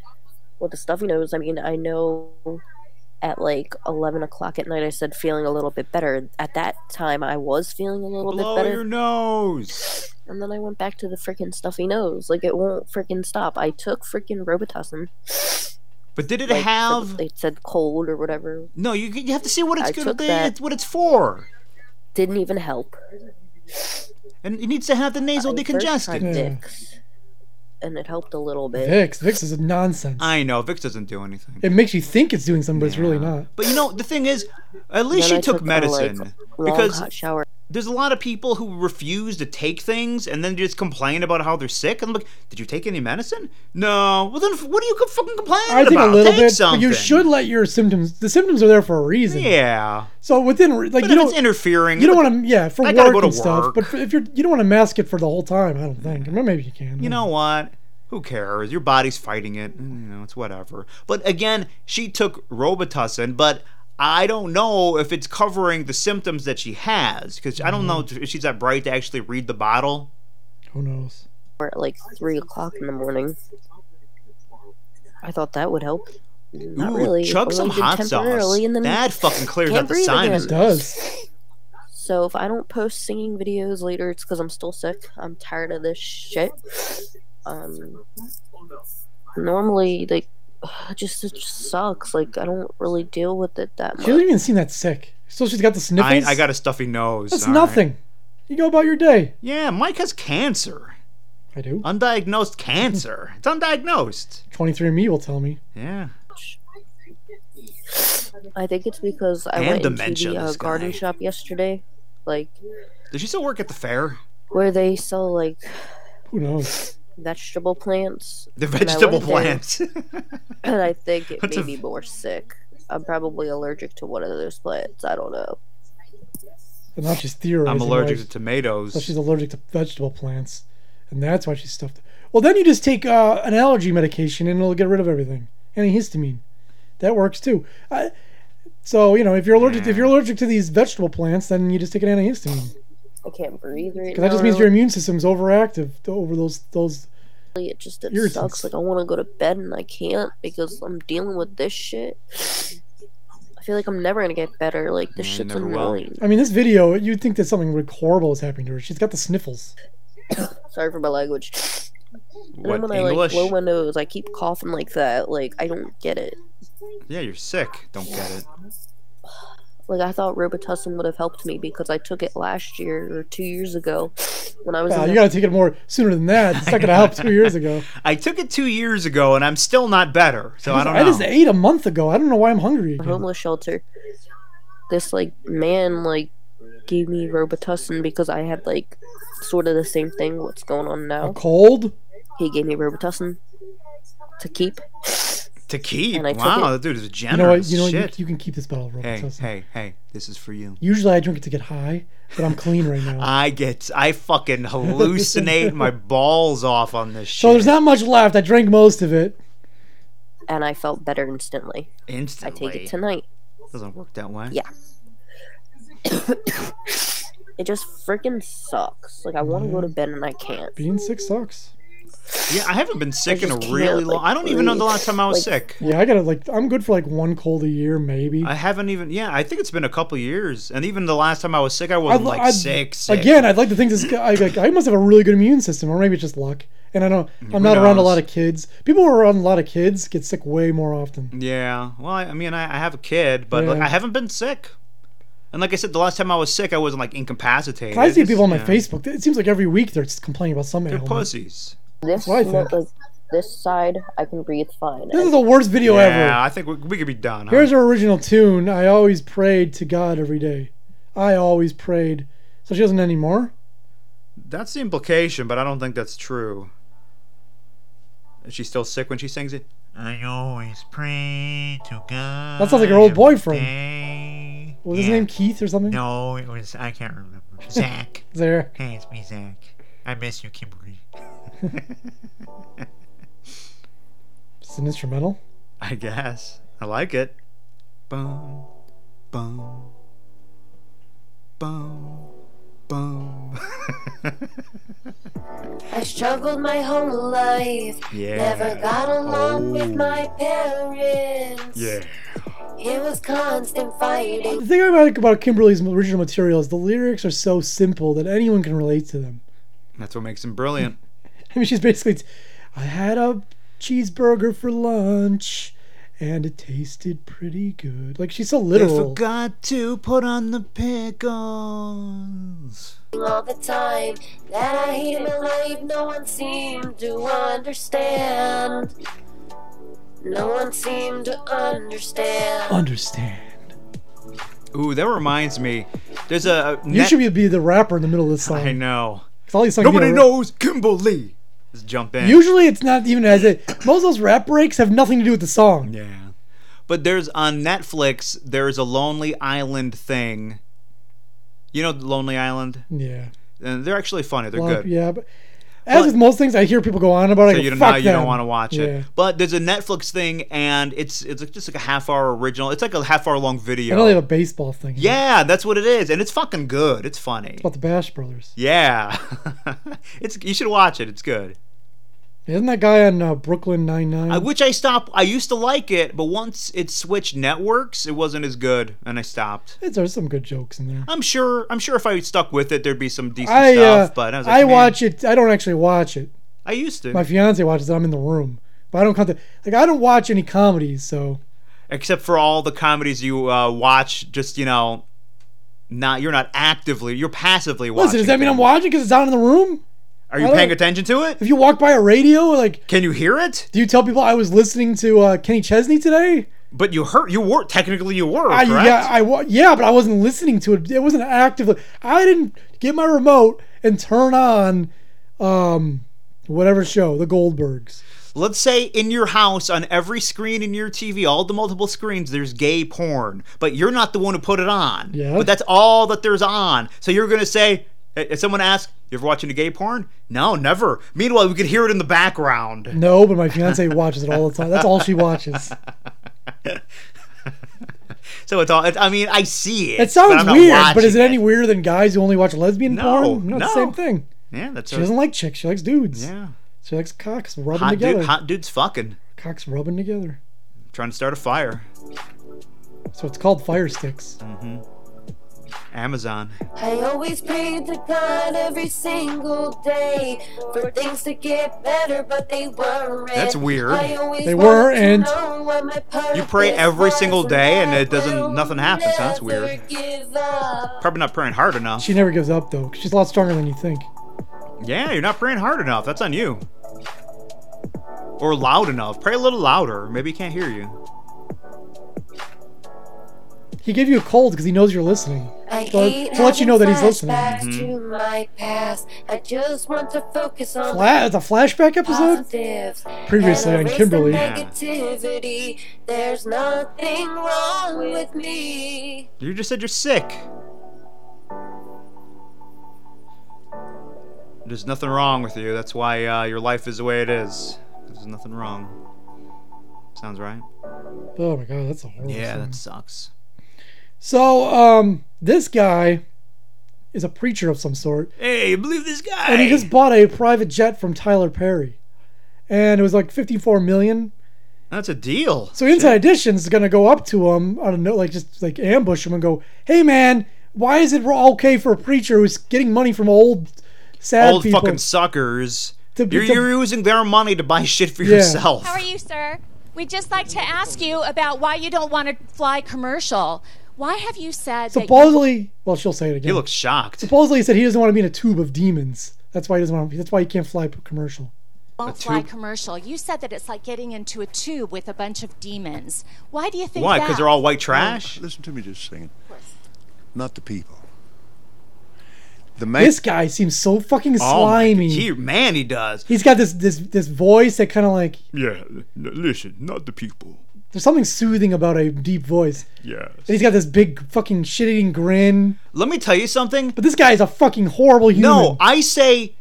with a stuffy nose. I mean, I know at like 11 o'clock at night I said feeling a little bit better. At that time, I was feeling a little
Blow
bit better.
your nose.
And then I went back to the freaking stuffy nose. Like, it won't freaking stop. I took freaking Robitussin.
But did it
Like,
have?
It said cold or whatever.
No, you you have to see what
I
it's gonna
took
be.
that.
It's what it's for.
Didn't even help.
And it needs to have the nasal
I first tried
decongestant.
Yeah.
Vicks, And it helped a little bit.
Vix. Vix is nonsense.
I know Vicks doesn't do anything.
It makes you think it's doing something, but it's really not.
But you know the thing is, at least
Then
she
I
took
a,
medicine
like, long
because
hot shower.
there's a lot of people who refuse to take things and then just complain about how they're sick. And I'm like, did you take any medicine? No. Well, then f- what are you co- fucking complaining
I think
about?
a little
take
bit,
something.
but you should let your symptoms. The symptoms are there for a reason.
Yeah.
So within, re- like
But
you
if
don't,
it's interfering,
you don't want to, yeah, for
I
work
gotta go to
and stuff.
work.
But if you're, you don't want to mask it for the whole time. I don't think. Well, Maybe you can.
You know what? Who cares? Your body's fighting it. You know, it's whatever. But again, she took Robitussin, but I don't know if it's covering the symptoms that she has because I don't know
Mm-hmm.
if she's that bright to actually read the bottle.
who knows?
Or at like three o'clock in the morning. I thought that would help. Not
Ooh,
really.
chug
Only
some
did
hot sauce.
temporarily, and then
That fucking clears
can't
out the
breathe again.
sinus.
It does.
So if I don't post singing videos later, it's because I'm still sick. I'm tired of this shit. Um, normally, like, it just it just sucks. Like, I don't really deal with it that
She doesn't
much.
even seem that sick. Still, she's got the
I,
sniffles.
I got a stuffy nose.
That's
all right.
nothing. You go about your day.
Yeah, Mike has cancer.
I do.
Undiagnosed cancer. it's undiagnosed.
23andMe will tell me.
Yeah.
I think it's because I
And
went
dementia,
into the uh,
this guy.
garden shop yesterday, like
Does she still work at the fair?
where they sell like
Who knows?
vegetable plants,
The
I
vegetable
went there.
plants.
and I think it
That's
made
a-
me more sick. I'm probably allergic to one of those plants. I don't know.
And now she's theorizing.
I'm allergic
why-
to tomatoes.
So she's allergic to vegetable plants, and that's why she's stuffed. Well, then you just take uh, an allergy medication, and it'll get rid of everything. Antihistamine, that works too. I, so you know, if you're allergic, if you're allergic to these vegetable plants, then you just take an antihistamine
I can't breathe right
because
now.
that just means
and
your immune system's overactive to- over those those.
really, it just it
irritants.
sucks. Like I want to go to bed and I can't because I'm dealing with this shit. I feel like I'm never gonna get better. Like this
Yeah, you
shit's
never will.
annoying.
I mean, this video, you'd think that something like, horrible is happening to her. She's got the sniffles.
Sorry for my language. And
what
then when
English?
I like blow my nose, I keep coughing like that. Like I don't get it.
Yeah, you're sick. Don't get it.
Like I thought Robitussin would have helped me because I took it last year or two years ago when I was.
Uh,
in
you
the-
got to take it more sooner than that. It's not going to help two years ago.
I took it two years ago, and I'm still not better. So I don't know.
I just ate a month ago. I don't know why I'm hungry. again.
homeless shelter. This like man like gave me Robitussin because I had like sort of the same thing what's going on
A
now.
cold.
He gave me Robitussin to keep.
to keep.
and I took
Wow,
it.
that dude is
You know what?
generous.
You know what? You,
Shit.
you can keep this bottle of
hey,
Robitussin.
hey, hey! This is for you.
Usually I drink it to get high, but I'm clean right now.
I get, I fucking hallucinate my balls off on this shit.
so there's not much left. I drank most of it.
and I felt better instantly. I
instantly.
take it tonight.
Doesn't work that way.
Yeah. It just freaking sucks. Like I want to go to
Mm-hmm.
bed and I can't.
Being sick sucks.
Yeah, I haven't been sick in
just
a
can't,
really long.
like,
I don't even know the
breathe.
last time I was
Like-
sick.
Yeah, I gotta like I'm good for like one cold a year maybe.
I haven't even. Yeah, I think it's been a couple years, and even the last time I was sick, I wasn't like sick, sick.
Again, I'd like to think this guy like I must have a really good immune system, or maybe it's just luck. And I don't. I'm not around a
Mm, knows?
lot of kids. People who are around a lot of kids get
Mm,
sick way more often.
Yeah. Well, I, I mean, I, I have a kid, but like,
Yeah.
I haven't been sick. And like I said, the last time I was sick, I wasn't like incapacitated.
I see people on my
Yeah.
Facebook. It seems like every week they're just complaining about something.
They're pussies.
This
what I
mo-
think.
like this side, I can breathe fine.
This is the worst video
Yeah,
ever.
I think we, we could be done. huh?
Here's our original tune. I always prayed to God every day. I always prayed. So she doesn't anymore.
That's the implication, but I don't think that's true. Is she still sick when she sings it?
I always pray to God.
That sounds like her old
every
boyfriend.
day.
What was his
Yeah.
name Keith or something?
No, it was I can't remember. Zach.
There.
Hey, it's me, Zach. I miss you, Kimberly.
It's an instrumental.
I guess. I like it. Boom, boom, boom, boom.
I struggled my whole life.
yeah.
Never got along with
Oh.
my parents.
Yeah.
It was constant fighting.
The thing I like about Kimberly's original material is the lyrics are so simple that anyone can relate to them.
That's what makes him brilliant.
I mean, she's basically, I had a cheeseburger for lunch, and it tasted pretty good. Like she's so
I
literal.
forgot to put on the pickles.
all the time that I hate my life. No one seemed to understand. No one seemed to understand.
Understand.
Ooh, that reminds me. There's a. a
You
net-
should be the rapper in the middle of this song.
I know.
'Cause all these songs, you
Nobody
know,
knows Kimberly. Just jump in.
Usually, it's not even as it. Most of those rap breaks have nothing to do with the song.
Yeah. But there's on Netflix, there's a Lonely Island thing. You know Lonely Island?
Yeah.
And they're actually funny. They're
Well,
good.
yeah. But as
But-
with most things, I hear people go on about it. I
So
go,
you don't
Fuck
know you don't
them."
want to watch
Yeah.
it. But there's a Netflix thing and it's it's just like a half hour original. It's like a half hour long
I
video.
know they have a baseball thing.
yeah, that's what it is. And it's fucking good. It's funny.
About the Bash Brothers.
Yeah. it's you should watch it. It's good.
Isn't that guy on uh, Brooklyn Nine Nine?
I which I stopped I used to like it, but once it switched networks, it wasn't as good and I stopped.
There's some good jokes in there.
I'm sure. I'm sure if I stuck with it, there'd be some decent
I uh,
stuff. But I, was like,
I
"Man,
watch it. I don't actually watch it.
I used to,
My fiance watches it. I'm in the room, but I don't come to like I don't watch any comedies. So
except for all the comedies you uh, watch. Just you know, not you're not actively, you're passively watching.
listen, does that mean I'm
them.
watching because it's on in the room?
Are you
I don't-
paying attention to it?
If you walk by a radio, like
Can you hear it?
do you tell people I was listening to uh, Kenny Chesney today?
But you heard. You were technically you were.
I,
correct?
yeah, I wa- yeah, but I wasn't listening to it. It wasn't actively. I didn't get my remote and turn on um whatever show, The Goldbergs.
Let's say in your house, on every screen in your TV, all the multiple screens, there's gay porn, but you're not the one who put it on.
Yeah.
But that's all that there's on. So you're gonna say, uh, if someone asks, "You ever watching a gay porn?" No, never. Meanwhile, we could hear it in the background.
No, but my fiance watches it all the time. That's all she watches.
So it's all. It, I mean, I see it.
It sounds
I'm not
weird, but is it
watching
any weirder than guys who only watch lesbian
No,
porn? No, it's the
no.
same thing.
Yeah, that's
She
a-
doesn't like chicks. She likes dudes.
Yeah,
She likes cocks rubbing
hot
together.
dude, hot dudes fucking
Cocks rubbing together.
trying to start a fire.
So it's called fire sticks.
Amazon.
I always prayed to God every single day for things to get better, but they weren't.
That's weird.
I always
They
wanted
weren't.
To know what my
You pray
purpose
every
was,
single
and
day and
I
it doesn't-
will
nothing happens, huh? That's weird.
never give up.
Probably not praying hard enough.
She never gives up though. 'cause She's a lot stronger than you think.
Yeah, you're not praying hard enough. That's on you. Or loud enough. Pray a little louder. Maybe he can't hear you.
He gave you a cold because he knows you're listening.
I
So-
hate
to let you know that he's
having
listening.
flashbacks
Mm-hmm.
To my past. I just want to focus on
Flat. It's a flashback
the
episode.
positives.
Previously
and
on
erase
Kimberly.
The negativity. There's nothing wrong with me.
You just said you're sick. There's nothing wrong with you. That's why uh, your life is the way it is. There's nothing wrong. Sounds right.
Oh my god, that's a horrible.
Yeah,
song.
that sucks.
So um, this guy is a preacher of some sort,
Hey, you believe this guy?
and he just bought a private jet from Tyler Perry, and it was like 54 million.
That's a deal.
So Inside Edition is gonna go up to him I don't know, like just like ambush him and go, "Hey man, why is it okay for a preacher who's getting money from old sad
Old
people?"
fucking suckers.
To-
you're,
to-
you're using their money to buy shit for
Yeah.
yourself.
How are you, sir? We'd just like to ask you about why you don't want to fly commercial. Why have you said that? you-
Supposedly, well, she'll say it again.
He looks shocked.
Supposedly, he said he doesn't want to be in a tube of demons. That's why he doesn't want. To, that's why he can't fly commercial.
won't
A
fly
tube?
commercial. You said that it's like getting into a tube with a bunch of demons. Why do you think
Why?
that?
Because they're all white trash.
Listen to me just a second. Not the people. The man.
This guy seems so fucking
Oh my-
slimy.
he, man, he does.
He's got this this this voice that kind of like
yeah. listen, not the people.
there's something soothing about a deep voice.
Yes.
And he's got this big fucking shit-eating grin.
Let me tell you something.
But this guy is a fucking horrible human.
No, I say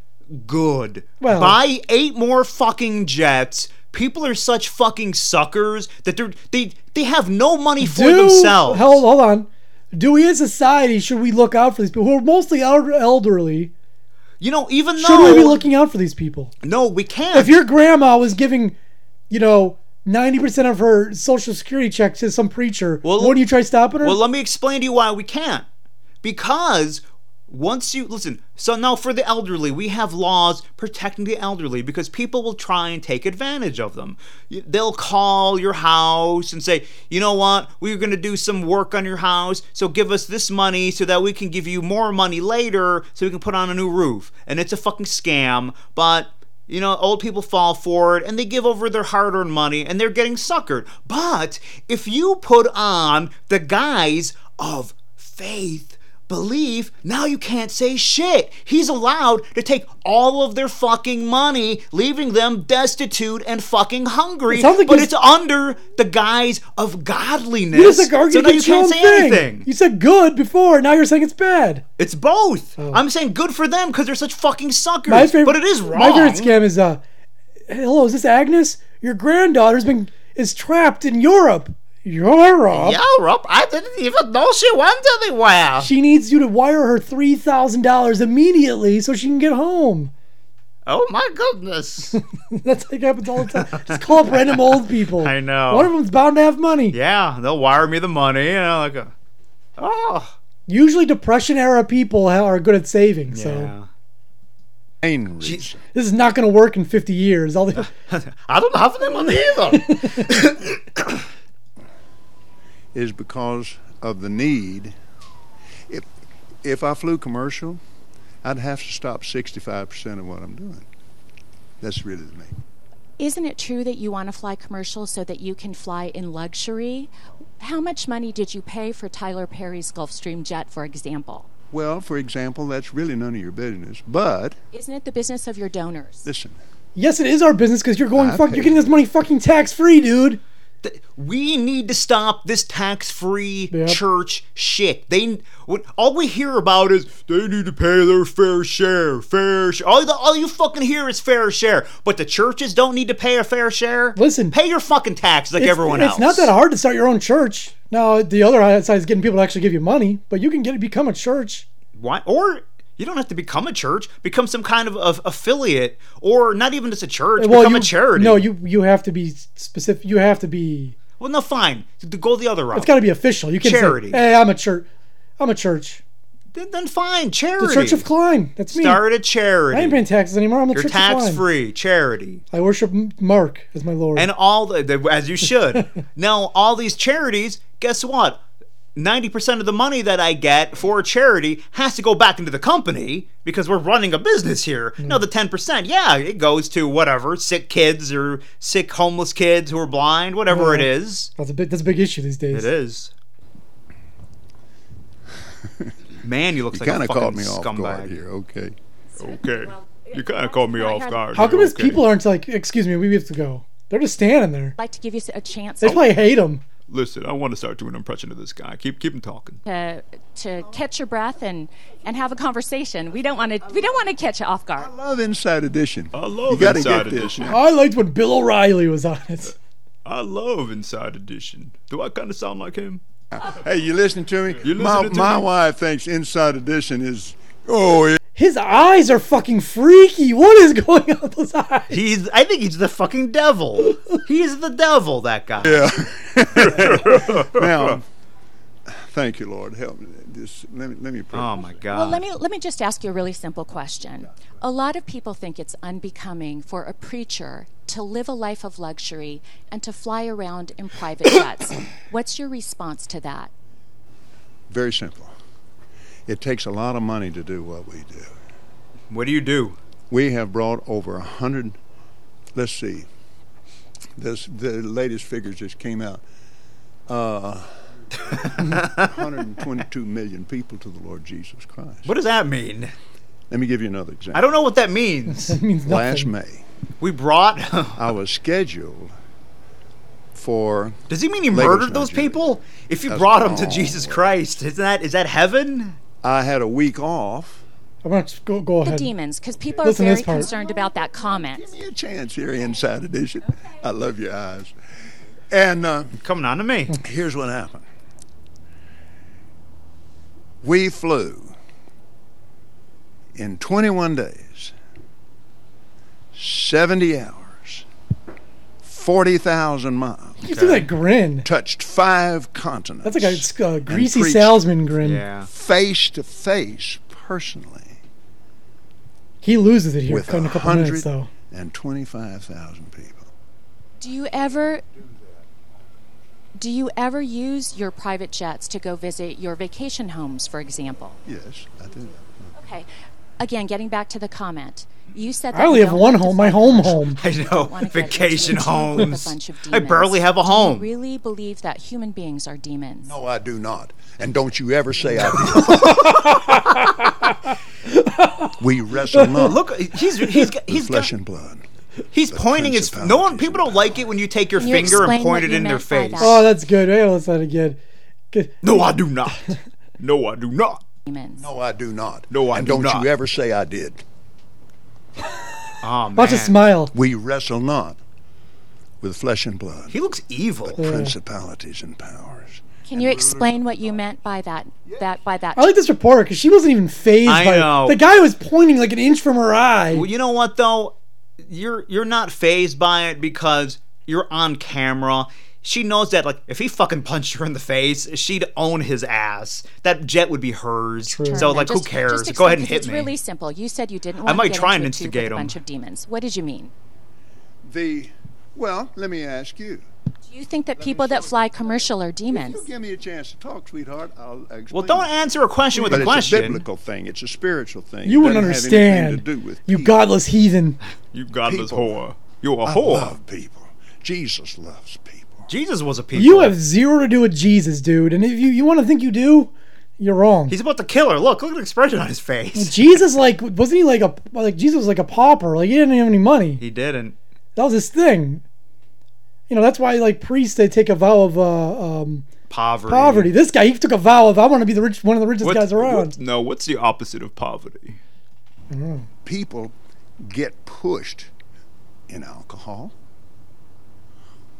good.
Well-
Buy eight more fucking jets. People are such fucking suckers that they're they they have no money for
Do-
themselves.
Hold, hold on. Do we as society should we look out for these people who are mostly el- elderly?
You know, even though
Should we be looking out for these people?
no, we can't.
If your grandma was giving, you know, ninety percent of her social security check to some preacher,
Well,
wouldn't you try stopping her?
Well, let me explain to you why we can't. Because once you listen, so now for the elderly, we have laws protecting the elderly because people will try and take advantage of them. Y- They'll call your house and say, you know what, we're going to do some work on your house, so give us this money so that we can give you more money later so we can put on a new roof. And it's a fucking scam, but. You know, old people fall for it and they give over their hard earned money and they're getting suckered. But if you put on the guise of faith, belief, now you can't say shit. He's allowed to take all of their fucking money, leaving them destitute and fucking hungry.
It sounds like
but
you-
it's under the guise of godliness.
you just like argued
so now you
against your
can't
own
say
thing.
anything.
You said good before, now you're saying it's bad.
It's both. I'm saying good for them because they're such fucking suckers.
Oh. My favorite,
but it is wrong.
My favorite scam is uh, hello, is this Agnes? Your granddaughter's been is trapped in Europe. Europe.
Europe? I didn't even know she went anywhere.
She needs you to wire her three thousand dollars immediately so she can get home.
Oh my goodness.
That's like happens all the time. Just call up random old people.
I know.
One of them's bound to have money.
yeah, they'll wire me the money and I'm like, oh.
Usually, depression era people ha- are good at saving. So
Yeah.
main
She-
reason.
this is not going to work in fifty years. All the,
I don't have any money either.
is because of the need. If if I flew commercial, I'd have to stop 65% of what I'm doing. That's really the main.
Isn't it true that you want to fly commercial so that you can fly in luxury? How much money did you pay for Tyler Perry's Gulfstream jet, for example?
Well, for example, that's really none of your business. But
Isn't it the business of your donors?
listen,
yes, it is our business because you're going
I
fuck.
paid.
You're getting this money fucking tax free, dude.
we need to stop this tax-free
Yep.
church shit. They what, all we hear about is they need to pay their fair share, fair share. All, the, all you fucking hear is fair share, but the churches don't need to pay a fair share.
Listen.
pay your fucking tax like
It's-
everyone else.
it's not that hard to start your own church. Now the other side is getting people to actually give you money, but you can get become a church.
Why? Or you don't have to become a church. Become some kind of, of affiliate, or not even just a church. become
you,
a charity.
No, you you have to be specific. You have to be.
Well, no, fine. To go the other route.
It's got to be official. You can not
Charity.
Say, hey, I'm a church. I'm a church.
then, then fine. Charity.
The Church of Klein. That's me.
Start a
I ain't
charity.
paying taxes anymore. I'm the
You're
Church of
tax
Klein.
free charity.
I worship M- Mark as my Lord.
and all the, the as you should. now all these charities, guess what? Ninety percent of the money that I get for a charity has to go back into the company because we're running a business here.
Hmm.
No, the ten percent, yeah, it goes to whatever sick kids or sick homeless kids who are blind, whatever it is.
that's a big that's a big issue these days.
It is. Man, you look
you
like
kind
a
of
fucking
caught me off guard
scumbag.
here. Okay.
Okay, you kind of caught me off guard.
How come his people aren't like, excuse me, we have to go? They're just standing there.
I'd like to give you a chance
They probably hate him.
Listen, I want to start doing an impression of this guy. Keep keep him talking.
to, to catch your breath and, and have a conversation. We don't want to we don't want to catch you off guard.
I love Inside Edition.
I love
you gotta
Inside
get this.
Edition.
I liked when Bill O'Reilly was on it.
I love Inside Edition. Do I kind of sound like him?
Hey, you listening to me?
You
my
listening to
my
me?
wife thinks Inside Edition is oh it-
His eyes are fucking freaky. What is going on with those eyes?
He's. I think he's the fucking devil. he's the devil. That guy.
yeah. now, thank you, Lord. Help me. Just let me let me pray.
Oh my god.
Well, let me let me just ask you a really simple question. A lot of people think it's unbecoming for a preacher to live a life of luxury and to fly around in private jets. What's your response to that?
Very simple. It takes a lot of money to do what we do.
What do you do?
We have brought over a hundred. Let's see. This the latest figures just came out. Uh, 122 million people to the Lord Jesus Christ.
What does that mean?
Let me give you another example.
I don't know what that means.
That means nothing.
Last May,
We brought.
I was scheduled for
Does he mean he
Lagos,
murdered those
Nigeria.
people? If you
That's-
brought them to
oh.
Jesus Christ, isn't that is that heaven?
I had a week off.
I'm going to go, go
The
ahead.
demons, because people are
Listen to
very
this part.
concerned about that comment.
Give me a chance here, Inside Edition. I love your eyes. And uh,
Coming on to me.
here's what happened. We flew in 21 days, 70 hours, 40,000 miles,
You see that grin?
touched five continents.
That's like a s- uh, greasy
preached.
salesman grin.
Yeah.
face to face personally
He loses it here
with
in a couple minutes, though.
125,000 people.
Do you ever do you ever use your private jets to go visit your vacation homes, for example?
Yes, I do.
Okay. Again, getting back to the comment, you said that
I only
you
have
don't
one
like the
home, my
fact-
home home.
I know.
wanna get
Vacation
into a team with a
homes.
bunch of
I
demons.
barely have a home.
Do you really believe that human beings are demons?
No, I do not. And don't you ever say I do. we wrestle not
Look, he's he's got-
with
he's
flesh
got,
and blood.
he's pointing his no one. People don't like it when you take your
you
finger and
explain
point
what
it
you
in their
meant by
face.
that?
Oh, that's good. Hey, let's let it get. Good.
No, I do not. No, I do not.
Demons.
No, I do not.
No, I
and
do
don't
not.
you ever say I did.
Oh man,
Watch a smile.
We wrestle not with flesh and blood,
he looks evil.
principalities and powers.
Can you explain what you meant by that? That by that?
I like this reporter because she wasn't even phased
I
by
know.
the guy was pointing like an inch from her eye.
Well, you know what though, you're you're not phased by it because you're on camera. She knows that like if he fucking punched her in the face, she'd own his ass. That jet would be hers. So
Now,
like,
just-
who cares?
just
Go ahead and
explain, 'cause
hit
it's
me.
really simple. You said you didn't want
might
to get
try
into
and
a tube
instigate
with a
'em.
bunch of demons. What did you mean?
The well, let me ask you.
Do you think that people that fly commercial are
You
demons?
give me a chance to talk, sweetheart. I'll explain.
well, don't answer a question with
But
a
it's
question.
a biblical thing. It's a spiritual thing.
you
It
wouldn't
doesn't have anything
understand.
To do with
you
people.
godless heathen.
You godless
People.
whore. You're a
I
whore.
love people. Jesus loves people.
Jesus was a people.
You have zero to do with Jesus, dude. And if you, you want to think you do, you're wrong.
He's about to kill her. Look, look at the expression on his face.
Jesus, like, wasn't he like a like Jesus was like a pauper? Like he didn't have any money.
He didn't.
That was his thing. You know that's why like priests they take a vow of uh, um,
Poverty.
poverty. This guy he took a vow of I want to be the rich one of the richest
What-
guys around.
what- no, what's the opposite of poverty?
People get pushed in alcohol.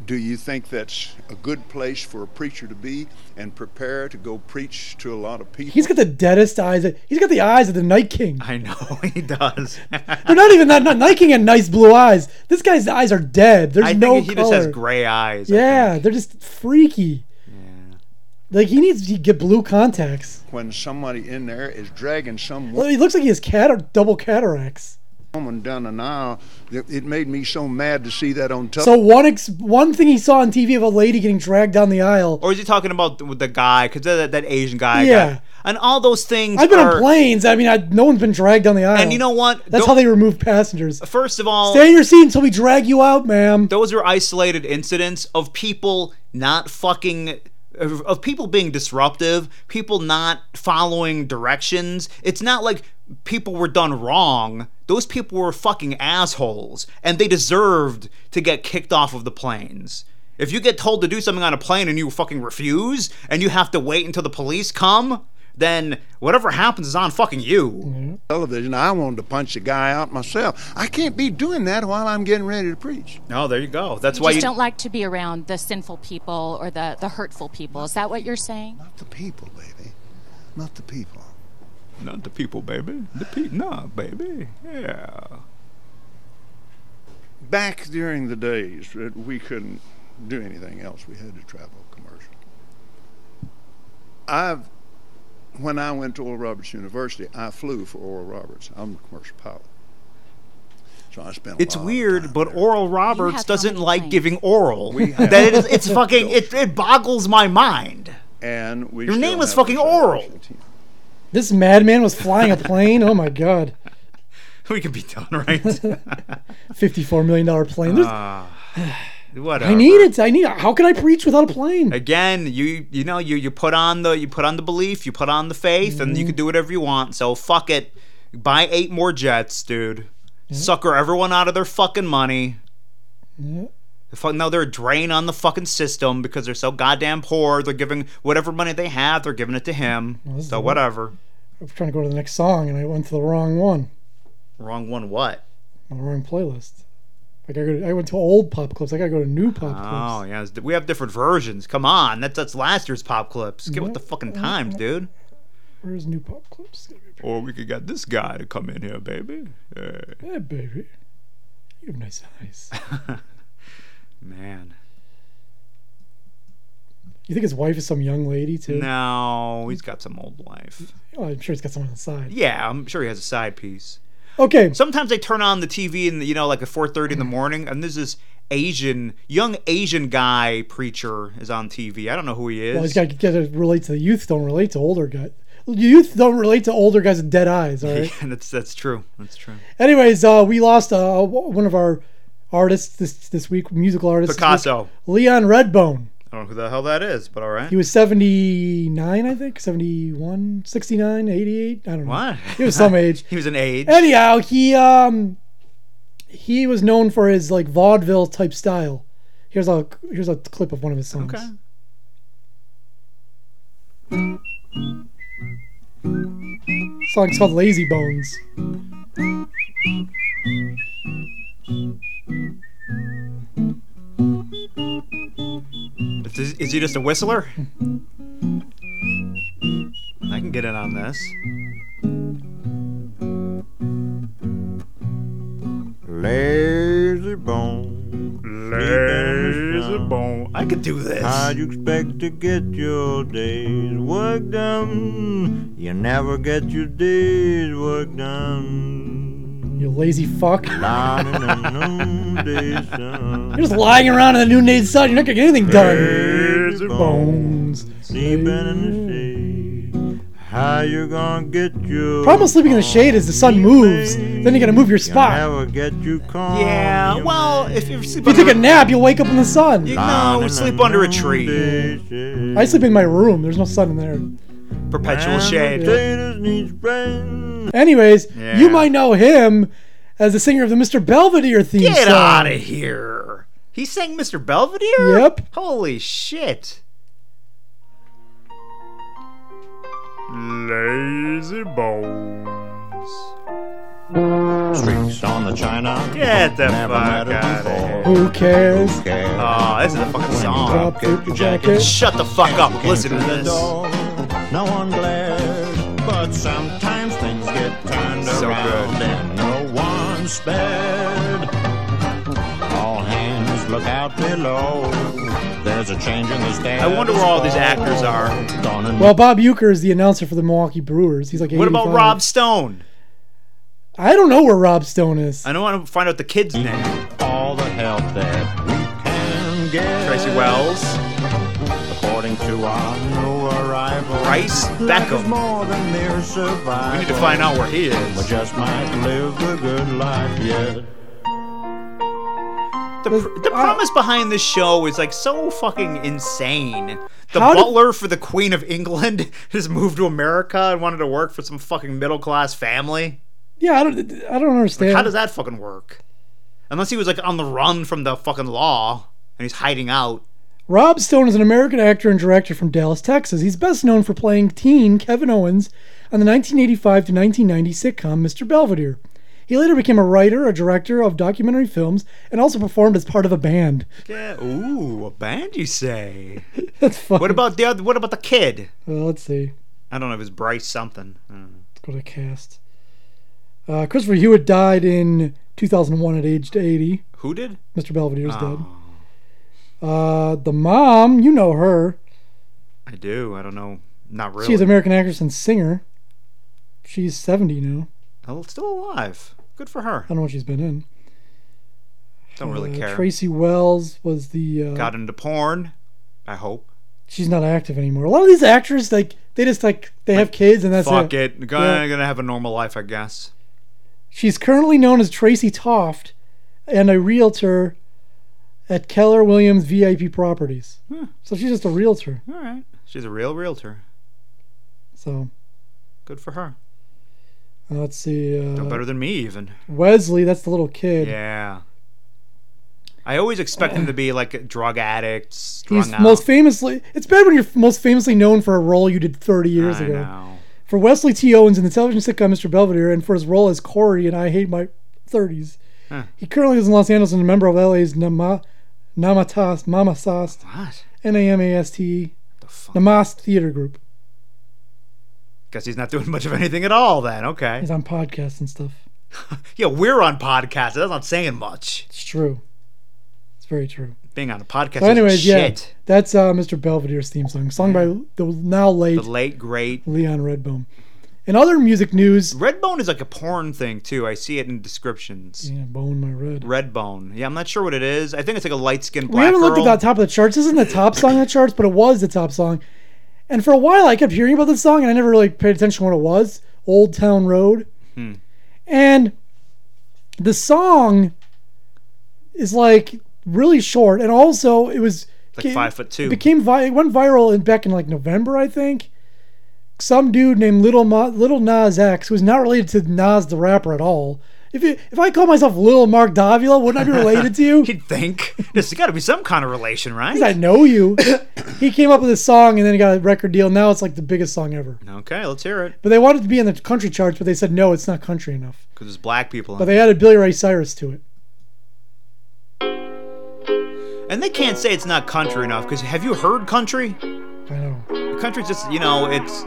Do you think that's a good place for a preacher to be and prepare to go preach to a lot of people?
He's got the deadest eyes. He's got the eyes of the Night King.
I know he does.
They're not even that. Not, Night King had nice blue eyes. This guy's eyes are dead. There's
I
no
think he
color.
just has gray eyes. I
yeah,
think.
they're just freaky. Like he needs to get blue contacts.
when somebody in there is dragging some
Well, He looks like he has catar- double cataracts.
woman down an aisle, it it made me so mad to see that on television.
So one ex- one thing he saw on TV of a lady getting dragged down the aisle.
Or is he talking about the, the guy? Because that, that Asian guy.
Yeah.
got- and all those things.
I've been
are,
on planes. I mean, I, no one's been dragged down the aisle.
And you know what?
That's
Tho-
how they remove passengers.
First of all,
Stay in your seat until we drag you out, ma'am.
those are isolated incidents of people not fucking of of people being disruptive, people not following directions. It's not like people were done wrong. Those people were fucking assholes and they deserved to get kicked off of the planes. If you get told to do something on a plane and you fucking refuse and you have to wait until the police come, then whatever happens is on fucking
Mm-hmm.
you.
television. I wanted to punch the guy out myself. I can't be doing that while I'm getting ready to preach.
No, Oh, there you go. That's
You
why
just
you
don't like to be around the sinful people or the, the hurtful people. Is that what you're saying?
Not the people, baby. Not the people.
Not the people, baby. The people, nah, baby. Yeah.
Back during the days that we couldn't do anything else, we had to travel commercial. I've, when I went to Oral Roberts University, I flew for Oral Roberts. I'm a commercial pilot. So I spent a
It's
lot of time
weird, but
there.
Oral Roberts
have how
doesn't
many
like
planes?
giving oral.
have-
that is, it's fucking. It, it boggles my mind.
and we
Your
shall
name was
have a
fucking Oral.
celebration team.
This madman was flying a plane. Oh my god,
We could be done, right?
fifty-four million dollar plane.
Uh,
There's-
Whatever.
I need it. I need. How can I preach without a plane?
Again, you you know you you put on the you put on the belief, you put on the faith, and you can do whatever you want. So fuck it. Buy eight more jets, dude. Sucker everyone out of their fucking money. Fuck, now they're a drain on the fucking system because they're so goddamn poor. They're giving whatever money they have, they're giving it to him. so whatever.
I was trying to go to the next song and I went to the wrong one,
Wrong one. What?
the wrong playlist. Like I, go to, I went to old pop clips. I gotta go to new pop
Oh
clips.
yeah, it's- we have different versions. Come on, that's that's last year's pop clips. Get with the fucking times, dude.
Where's new pop clips?
Or we could get this guy to come in here, baby. Hey.
Yeah, baby, you have nice eyes.
Man.
You think his wife is some young lady too?
No, he's got some old wife.
Oh, I'm sure he's got someone on the side.
Yeah, I'm sure he has a side piece.
Okay,
Sometimes I turn on the TV and you know, like at 4:30 in the morning, and there's this Asian, young Asian guy preacher is on TV. I don't know who he is.
well, he's got to get to relate to the youth. Don't relate to older guys. Youth don't relate to older guys with dead eyes. All right.
Yeah, that's that's true. That's true.
Anyways, uh, we lost uh, w- one of our artists this this week, musical artist this week,
Picasso.
Leon Redbone.
I don't know who the hell that is, but all right.
He was 79, I think, 71, 69, 88, I don't know.
What?
He was some age.
He was an age.
Anyhow, he um he was known for his like vaudeville type style. Here's a here's a clip of one of his songs.
Okay.
song's called Lazy Bones.
Is, is he just a whistler? I can get in on this.
Lazy bone. Lazy bone.
I could do this.
How'd you expect to get your day's work done? You never get your day's work done.
You lazy fuck.
Lying in the noonday sun.
You're just lying around in the noonday sun. You're not gonna get anything done.
Lazy
Bones.
Sleeping in the shade. How you gonna get your
Problem with sleeping in the shade is the sun moves. Then you gotta move your
You
spot.
never get you calm.
yeah. Well, if you're
If you
sleeping,
take a nap, you'll wake up in the sun.
no, sleep under a tree.
I sleep in my room. There's no sun in there.
Perpetual shade.
Anyways,
Yeah.
you might know him as the singer of the Mr. Belvedere theme
Get
song.
out of here. He sang Mr. Belvedere?
Yep.
Holy shit. Lazy bones.
Streaks on the china.
Get the
Never
fuck
met her
out of
before.
here.
Who cares?
Oh, this is a fucking song.
Drop the jacket.
Shut the fuck up. Listen to this.
No one glares, but sometimes things get turned
So
around
good.
and no one's spared. All hands look out below. There's a change in the status.
I wonder where all these actors are.
are.
Well, Bob Euchre is the announcer for the Milwaukee Brewers. He's like,
What about
85.
Rob Stone?
I don't know where Rob Stone is.
I don't want to find out the kid's name.
all the help that we can get.
Tracy Wells,
According to our new arrival.
Bryce
Life is
Beckham.
more than mere
We
survival.
need to find out where he
We
is.
just might live the good life yet.
The, pr- the
uh,
promise behind this show is like so fucking insane. The
How did-
butler for the Queen of England has moved to America and wanted to work for some fucking middle class family.
Yeah, I don't. I don't understand.
How does that fucking work? Unless he was like on the run from the fucking law and he's hiding out.
Rob Stone is an American actor and director from Dallas, Texas. He's best known for playing teen Kevin Owens on the 1985 to 1990 sitcom Mr. Belvedere. He later became a writer, a director of documentary films, and also performed as part of a band.
Yeah. Ooh, a band you say?
That's fun.
What about the other? What about the kid?
Uh, let's see.
I don't know if it's Bryce something. Uh, I don't know.
Let's go to cast. Uh, Christopher Hewitt died in 2001 at age 80.
Who did?
Mr. Belvedere's dead. Uh, the mom, you know her.
I do. I don't know. Not really.
She's an American actress and singer. She's 70 now.
Oh, still alive. Good for her.
I don't know what she's been in.
Don't really
Uh,
care.
Tracy Wells was the. Uh,
Got into porn. I hope.
she's not active anymore. A lot of these actors, like they just like they have kids and that's
Fuck
it.
it. Gonna,
Yeah.
gonna have a normal life, I guess.
She's currently known as Tracy Toft and a realtor at Keller Williams VIP Properties. So she's just a realtor.
All right. She's a real realtor.
So
Good for her.
uh, let's see.
Doing
Uh,
better than me, even.
Wesley, that's the little kid.
Yeah. I always expect him to be like a drug addict, strung
He's
out.
most famously. It's bad when you're f- most famously known for a role you did 30 years
I
ago.
know.
For Wesley T. Owens in the television sitcom Mr. Belvedere and for his role as Corey in I Hate My 30s.
Huh.
He currently lives in Los Angeles and is a member of LA's Nama, Namatas, Mama Sast,
What?
N A M A S T,
The fuck?
Namas Theater Group.
Guess he's not doing much of anything at all then. Okay.
He's on podcasts and stuff.
Yeah, we're on podcasts. That's not saying much.
It's true. It's very true.
Being on a podcast
So,
is
anyways, yeah,
shit.
that's uh, Mr. Belvedere's theme song, sung by the now late
The late, great.
Leon Redbone. In other music news,
Redbone is like a porn thing, too. I see it in descriptions.
yeah, bone my red.
Redbone. Yeah, I'm not sure what it is. I think it's like a light skinned
We
black
haven't
girl.
looked at that top of the charts. This isn't the top song on the charts, but it was the top song. And for a while, I kept hearing about this song, and I never really paid attention to what it was. Old Town Road.
Hmm.
And the song is like really short, and also it was
It's like five foot two.
It became vi- it went viral in, back in like November, I think. Some dude named Little Ma- Little Nas X, who's not related to Nas the rapper at all. If it, if I call myself Little Mark Davila, wouldn't I be related to you?
You'd think. There's got to be some kind of relation, right?
I know you. he came up with this song and then he got a record deal. Now it's like the biggest song ever.
Okay, let's hear it.
But they wanted it to be in the country charts, but they said no, it's not country enough.
Because there's black people
But
in it.
they added Billy Ray Cyrus to it.
And they can't say it's not country enough. Because have you heard country?
I know.
Country's just, you know, it's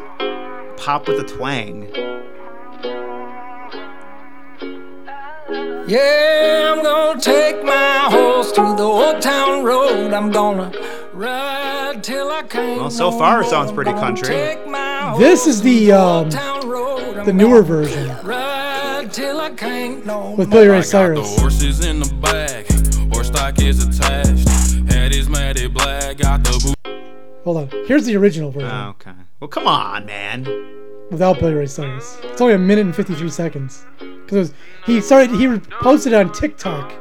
pop with a twang.
Yeah, I'm gonna take my horse through the old town road. I'm gonna ride till I can't.
Well, so
no
far it
more.
sounds pretty
I'm gonna
country.
take my
This
horse
is the,
through
um,
old town road.
The
I'm
newer
gonna
version
Ride till I can't no
with
more.
Billy Ray
I got the
Cyrus.
horses in the back, horse stock is attached. Head is matted black, got the boot.
Hold on. Here's the original version
Okay. Well, come on, man.
without Billy Ray Cyrus. It's only a minute and 53 seconds. Because he started, he posted it on TikTok.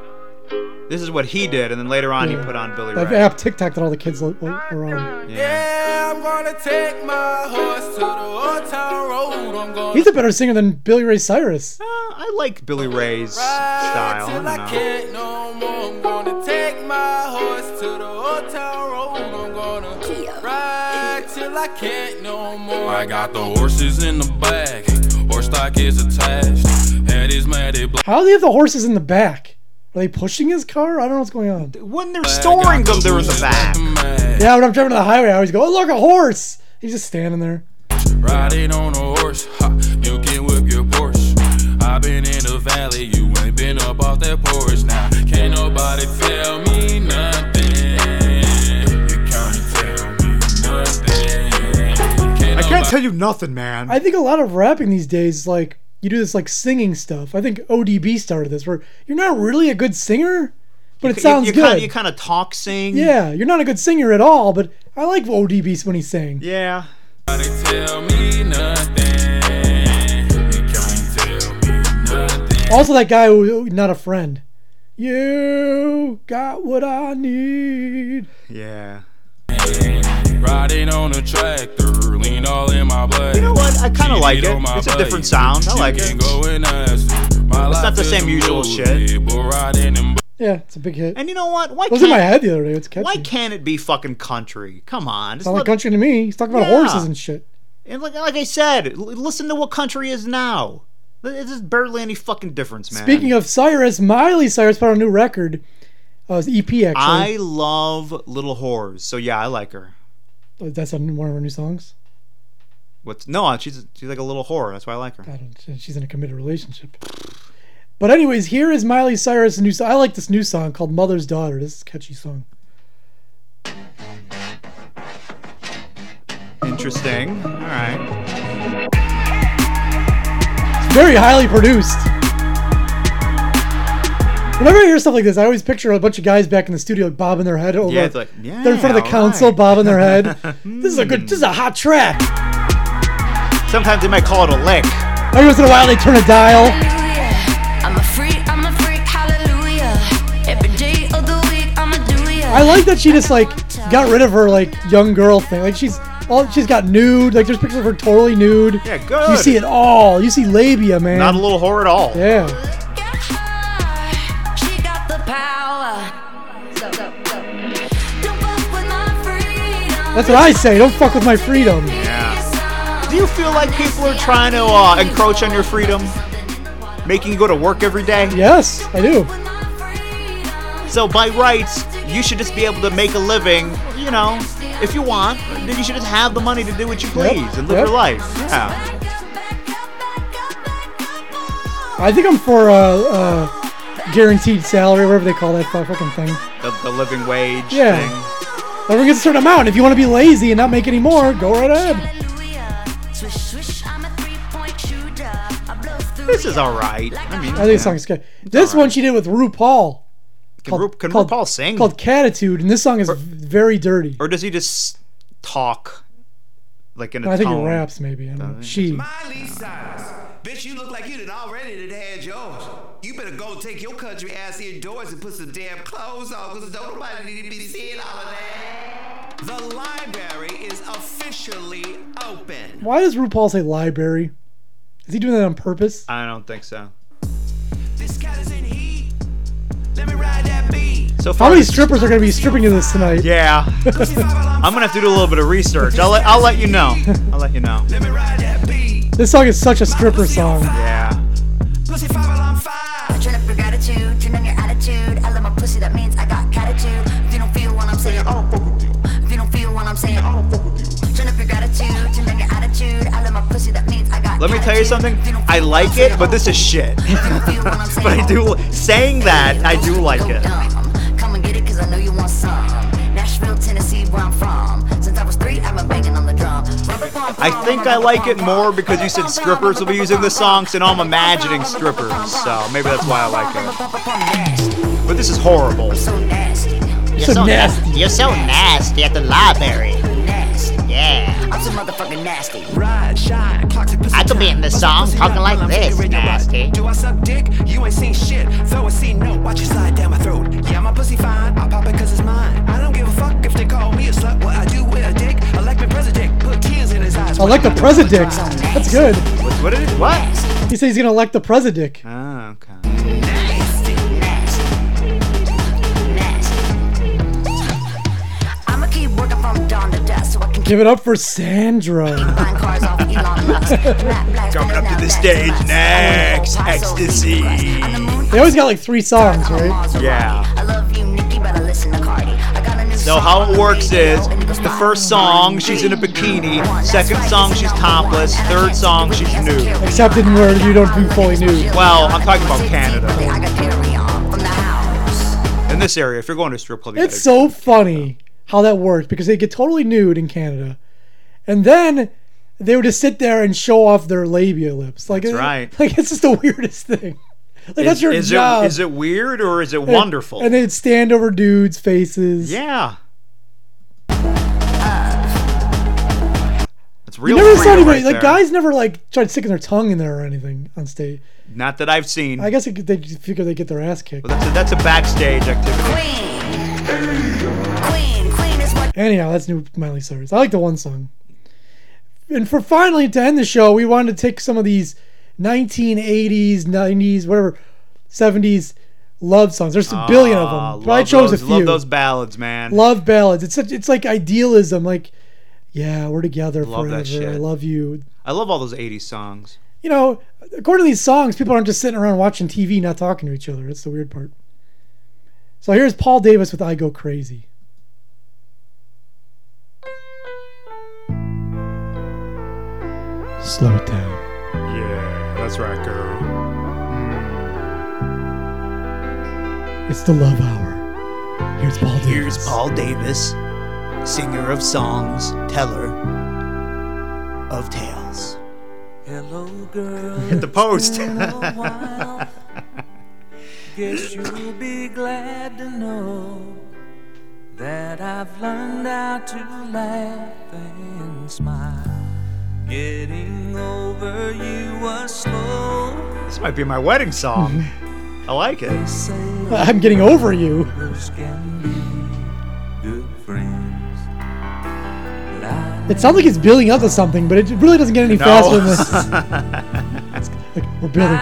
This is what he did, and then later on
Yeah.
he put on Billy
That
Ray.
app TikTok that all the kids lo- lo- were on.
Yeah.
Yeah, I'm gonna take my horse to the old town road. I'm gonna
He's a better singer than Billy Ray Cyrus.
Uh, I like Billy Ray's
ride
style.
till
I
I
don't know.
can't no more. I'm gonna take my horse to the old town road. I'm gonna ride till I can't no more. I got the horses in the back, horse stock is attached. Head is matted black.
How do they have the horses in the back? Are they pushing his car? I don't know what's going on.
When they're storing them, they're in the back.
Yeah, when I'm driving on the highway, I always go, oh, look, a horse. He's just standing there.
Riding on a horse, ha, you can whip your Porsche. I've been in the valley, you ain't been up off that porch now. Can't nobody tell me nothing. You can't tell me nothing. Can't nobody-
you nothing, man.
I think a lot of rapping these days, like, you do this, like, singing stuff. I think ODB started this, where you're not really a good singer, but it sounds
you, you
good.
Kinda, you kind of talk sing.
yeah, you're not a good singer at all, but I like ODB when he sang.
Yeah.
Nobody tell me nothing. You can't tell me nothing.
Also, that guy, who, not a friend. You got what I need.
Yeah.
Riding on a tractor, lean all in my blood.
You know what? I kind of like
Cheated
it.
on my
It's a
buddy.
different sound. I
You
like
can
it.
go and ask her. My
It's not
life
the
is
same
a
usual
movie,
shit.
but riding in
Yeah, it's a big hit. It
And you know what? Why
was in my
can't
head the other day. It's catchy.
why can't it be fucking country? Come on. Just
Sound like
let,
country to me. He's talking about
Yeah.
horses and shit.
and like, like I said, l- listen to what country is now. There's just barely any fucking difference, man.
Speaking of Cyrus, Miley Cyrus put out a new record. Uh, it's EP actually.
I love Little Whores, so yeah, I like her.
Uh, That's a, new- one of her new songs.
What's no? She's she's like a little whore. That's why I like her.
I don't. She's in a committed relationship. But anyways, here is Miley Cyrus' new. song. I like this new song called "Mother's Daughter." This is a catchy song.
Interesting. All right.
It's very highly produced. Whenever I hear stuff like this, I always picture a bunch of guys back in the studio like, bobbing their head over.
Yeah, it's like,
they're in front of the
yeah,
console,
alright.
bobbing their head. this is a good. This is a hot track.
Sometimes they might call it a lick.
Every once in a while, they turn a dial.
I'm a freak, I'm a freak, hallelujah. Every day of the week, I'm a do ya.
I like that she just like got rid of her like young girl thing. Like she's all she's got nude. Like there's pictures of her totally nude.
Yeah, good.
You see it all. You see labia, man.
Not a little whore at all.
Yeah.
She got the power. Go, go, go. Don't fuck with my freedom.
That's what I say. Don't fuck with my freedom.
Yeah. Do you feel like people are trying to uh, encroach on your freedom? Making you go to work every day?
Yes, I do.
So, by rights, you should just be able to make a living, you know, if you want. Then you should just have the money to do what you please and live
yep.
your life. Yeah.
I think I'm for uh, uh, guaranteed salary, whatever they call that fu- fucking thing.
The, the living wage
Yeah.
thing.
Everyone gets a certain amount. If you want to be lazy and not make any more, go right ahead.
Swish, swish, I'm a three point shooter. I blow through
This is alright. I mean,
I think the song's good. This one she did with RuPaul.
Can Ru- can RuPaul sing?
Called Catitude, and this song is v- very dirty.
Or does he just talk like in a
I think it
tone?
raps, maybe. I don't know. She.
Miley Cyrus. Bitch, you look like you did already did had yours. You better go take your country ass indoors and put some damn clothes on, because don't nobody need to be seeing all of that. The library is officially open.
Why does RuPaul say library? Is he doing that on purpose?
I don't think so.
This cat is in heat. Let me ride that beat.
So
How
far,
many strippers are going to be stripping to this tonight?
Yeah. I'm gonna have to do a little bit of research. I'll let I'll let you know. I'll let you know.
this song is such a stripper song.
Yeah.
Pussy five alarm five. Turn up your gratitude, turn on your attitude. I love my pussy, that means I got catitude. If you don't feel what I'm saying, I don't fuck with you. If you don't feel what I'm saying, I don't fuck with you. Turn up your gratitude, turn on your attitude. I love my pussy, that means I got
Let me tell you something. I like it, but this is shit. but I do saying that I do like it.
dumb. Come and get it, cause I know you want some. Nashville, Tennessee, where I'm from. Since I was three, I've been banging on the drum. Rubber bump,
I think I like it more because you said strippers will be using the song, so now I'm imagining strippers. So maybe that's why I like it. But this is horrible.
so nasty.
You're
oh,
so nasty.
You're so nasty at the library.
Yeah.
I'm so motherfucking nasty.
Ride, shine, clock to
I could be in this song talking like this, nasty.
Do I suck dick? You ain't seen shit. Throw a C note, watch it slide down my throat. Yeah, my pussy fine, I pop it cause it's mine. I don't give a fuck if they call me a slut. What I do with a dick, elect me president, put tears in his eyes.
I like the president. That's good.
What, what is what?
He said he's going to elect the president.
Ah, okay.
I'ma keep working from dawn to dusk so I can
Give it up for Sandra.
find cars off Elon Musk. Black, black,
Coming up to the stage next, ecstasy.
They always got like three songs, right?
Yeah.
I love you, Nikki, but I listen to Cardi. I got a new
So
song.
how it works is the first song she's in a bikini, second song she's topless, third song she's nude.
Except in where you don't do fully nude.
Well, I'm talking about Canada. In this area, if you're going to a strip club, you
It's
gotta-
so funny how that worked because they get totally nude in Canada, and then they would just sit there and show off their labia lips. Like
That's
it-
right.
Like it's just the weirdest thing. Like that's
is,
your
is
job.
It, is it weird or is it
And-
wonderful?
And they'd stand over dudes' faces.
yeah. It's
You
real
never saw
freedom
anybody
right
like
there.
guys never like tried sticking their tongue in there or anything on stage.
Not that I've seen.
I guess it, they just figure they get their ass kicked.
That's a, that's a backstage activity.
Anyhow, that's new Miley Cyrus. I like the one song. And for finally to end the show, we wanted to take some of these 1980s, 90s, whatever, 70s love songs. There's a billion of
Ah,
them, but
love
I chose
those,
a few.
Love those ballads, man.
Love ballads. It's such, it's like idealism. Like, yeah, we're together
Love
forever.
that
I
shit.
love you.
I love all those 80s songs.
You know, according to these songs, people aren't just sitting around watching TV, not talking to each other. That's the weird part. So here's Paul Davis with "I Go Crazy." Slow it down.
Yeah, that's right, girl.
It's the love hour. Here's Paul Davis.
Here's Paul Davis, singer of songs, teller of tales.
Hello, girl.
Hit the post.
It's been a while. Guess you'll be glad to know that I've learned how to laugh and smile. Getting over you was slow.
This might be my wedding song. I like it.
I'm getting over you. It sounds like it's building up to something, but it really doesn't get any
No.
faster than this. It's like, we're building.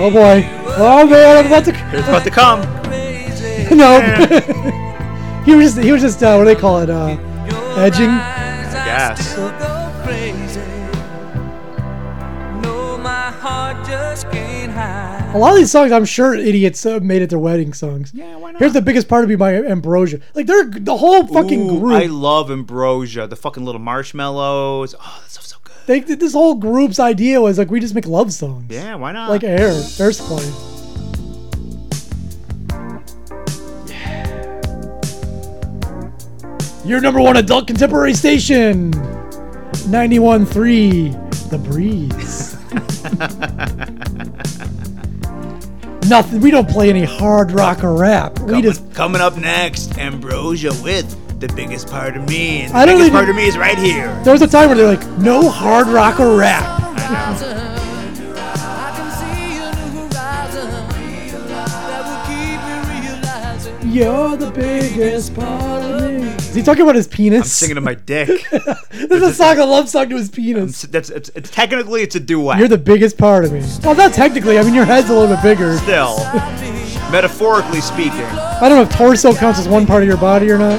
Oh boy. Oh man, I'm about to.
It's about to come.
no. he was just, he was just uh, what do they call it? Uh, edging.
Yes.
A lot of these songs, I'm sure, idiots uh, made it their wedding songs. Yeah, why not? Here's the biggest part of me by Ambrosia. Like they're the whole fucking
Ooh,
group.
I love ambrosia, the fucking little marshmallows. Oh, that's so, so good.
They, this whole group's idea was like we just make love songs.
Yeah, why not?
Like Air, Air Supply. Your number one adult contemporary station, 91.3, The Breeze. Nothing. We don't play any hard rock or rap. we
Coming,
just
coming up next, ambrosia with the biggest part of me. And the
I don't
biggest
even-
part of me is right here.
There was a time where they're like, no hard rock or rap. You're the biggest part of me. Is he talking about his penis?
I'm singing to my dick.
This is a song, a love song to his penis.
That's it's, it's technically it's a duet.
You're the biggest part of me. Well, not technically. I mean, your head's a little bit bigger.
Still, metaphorically speaking,
I don't know if torso counts as one part of your body or not.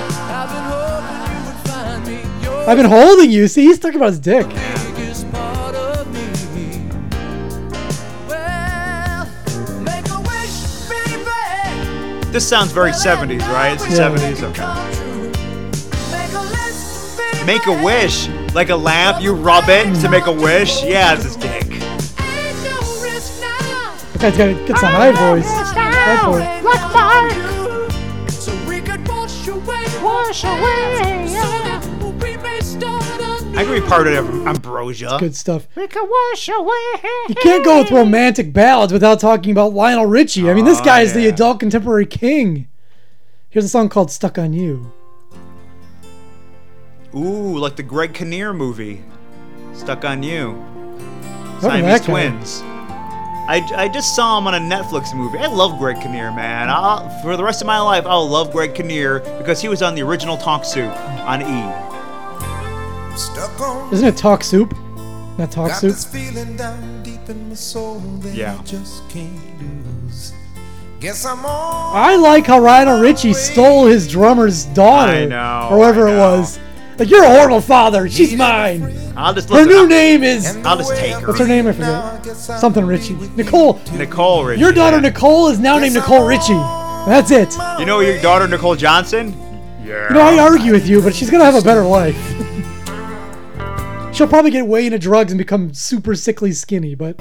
I've been holding you. See, he's talking about his dick.
this sounds very 70s, right? It's the
Yeah.
70s. Okay. Make a wish, like a lamp. You rub it to make a wish. Yeah, it's his dick.
That guy's got gets a high voice. High voice.
Like Mark. So we could wash away, wash away.
I can be part of ambrosia.
Good stuff.
We could wash away.
You can't go with romantic ballads without talking about Lionel Richie. I mean, this
Oh,
guy is the
yeah.
adult contemporary king. Here's a song called "Stuck on You."
Ooh, like the Greg Kinnear movie, Stuck on You.
Remember
Siamese
that guy.
twins. I, I just saw him on a Netflix movie. I love Greg Kinnear, man. I'll, for the rest of my life, I'll love Greg Kinnear because he was on the original Tonk Soup on E.
Stuck on
Isn't it talk soup? Not talk
Got
soup.
this feeling down deep in my soul that
Yeah.
I just can't lose. Guess I'm on.
I like how Lionel Richie stole his drummer's daughter.
I know,
Or whoever it was. Like you're a horrible father. She's mine.
I'll just
Her
listen,
new
I'll-
name is.
I'll just take her.
What's her name? I forget. Something Richie. Nicole.
Nicole Richie.
Your daughter Nicole is now named Nicole Richie. That's it.
You know your daughter Nicole Johnson? Yeah.
You know, I argue with you, but she's gonna have a better life. She'll probably get way into drugs and become super sickly skinny, but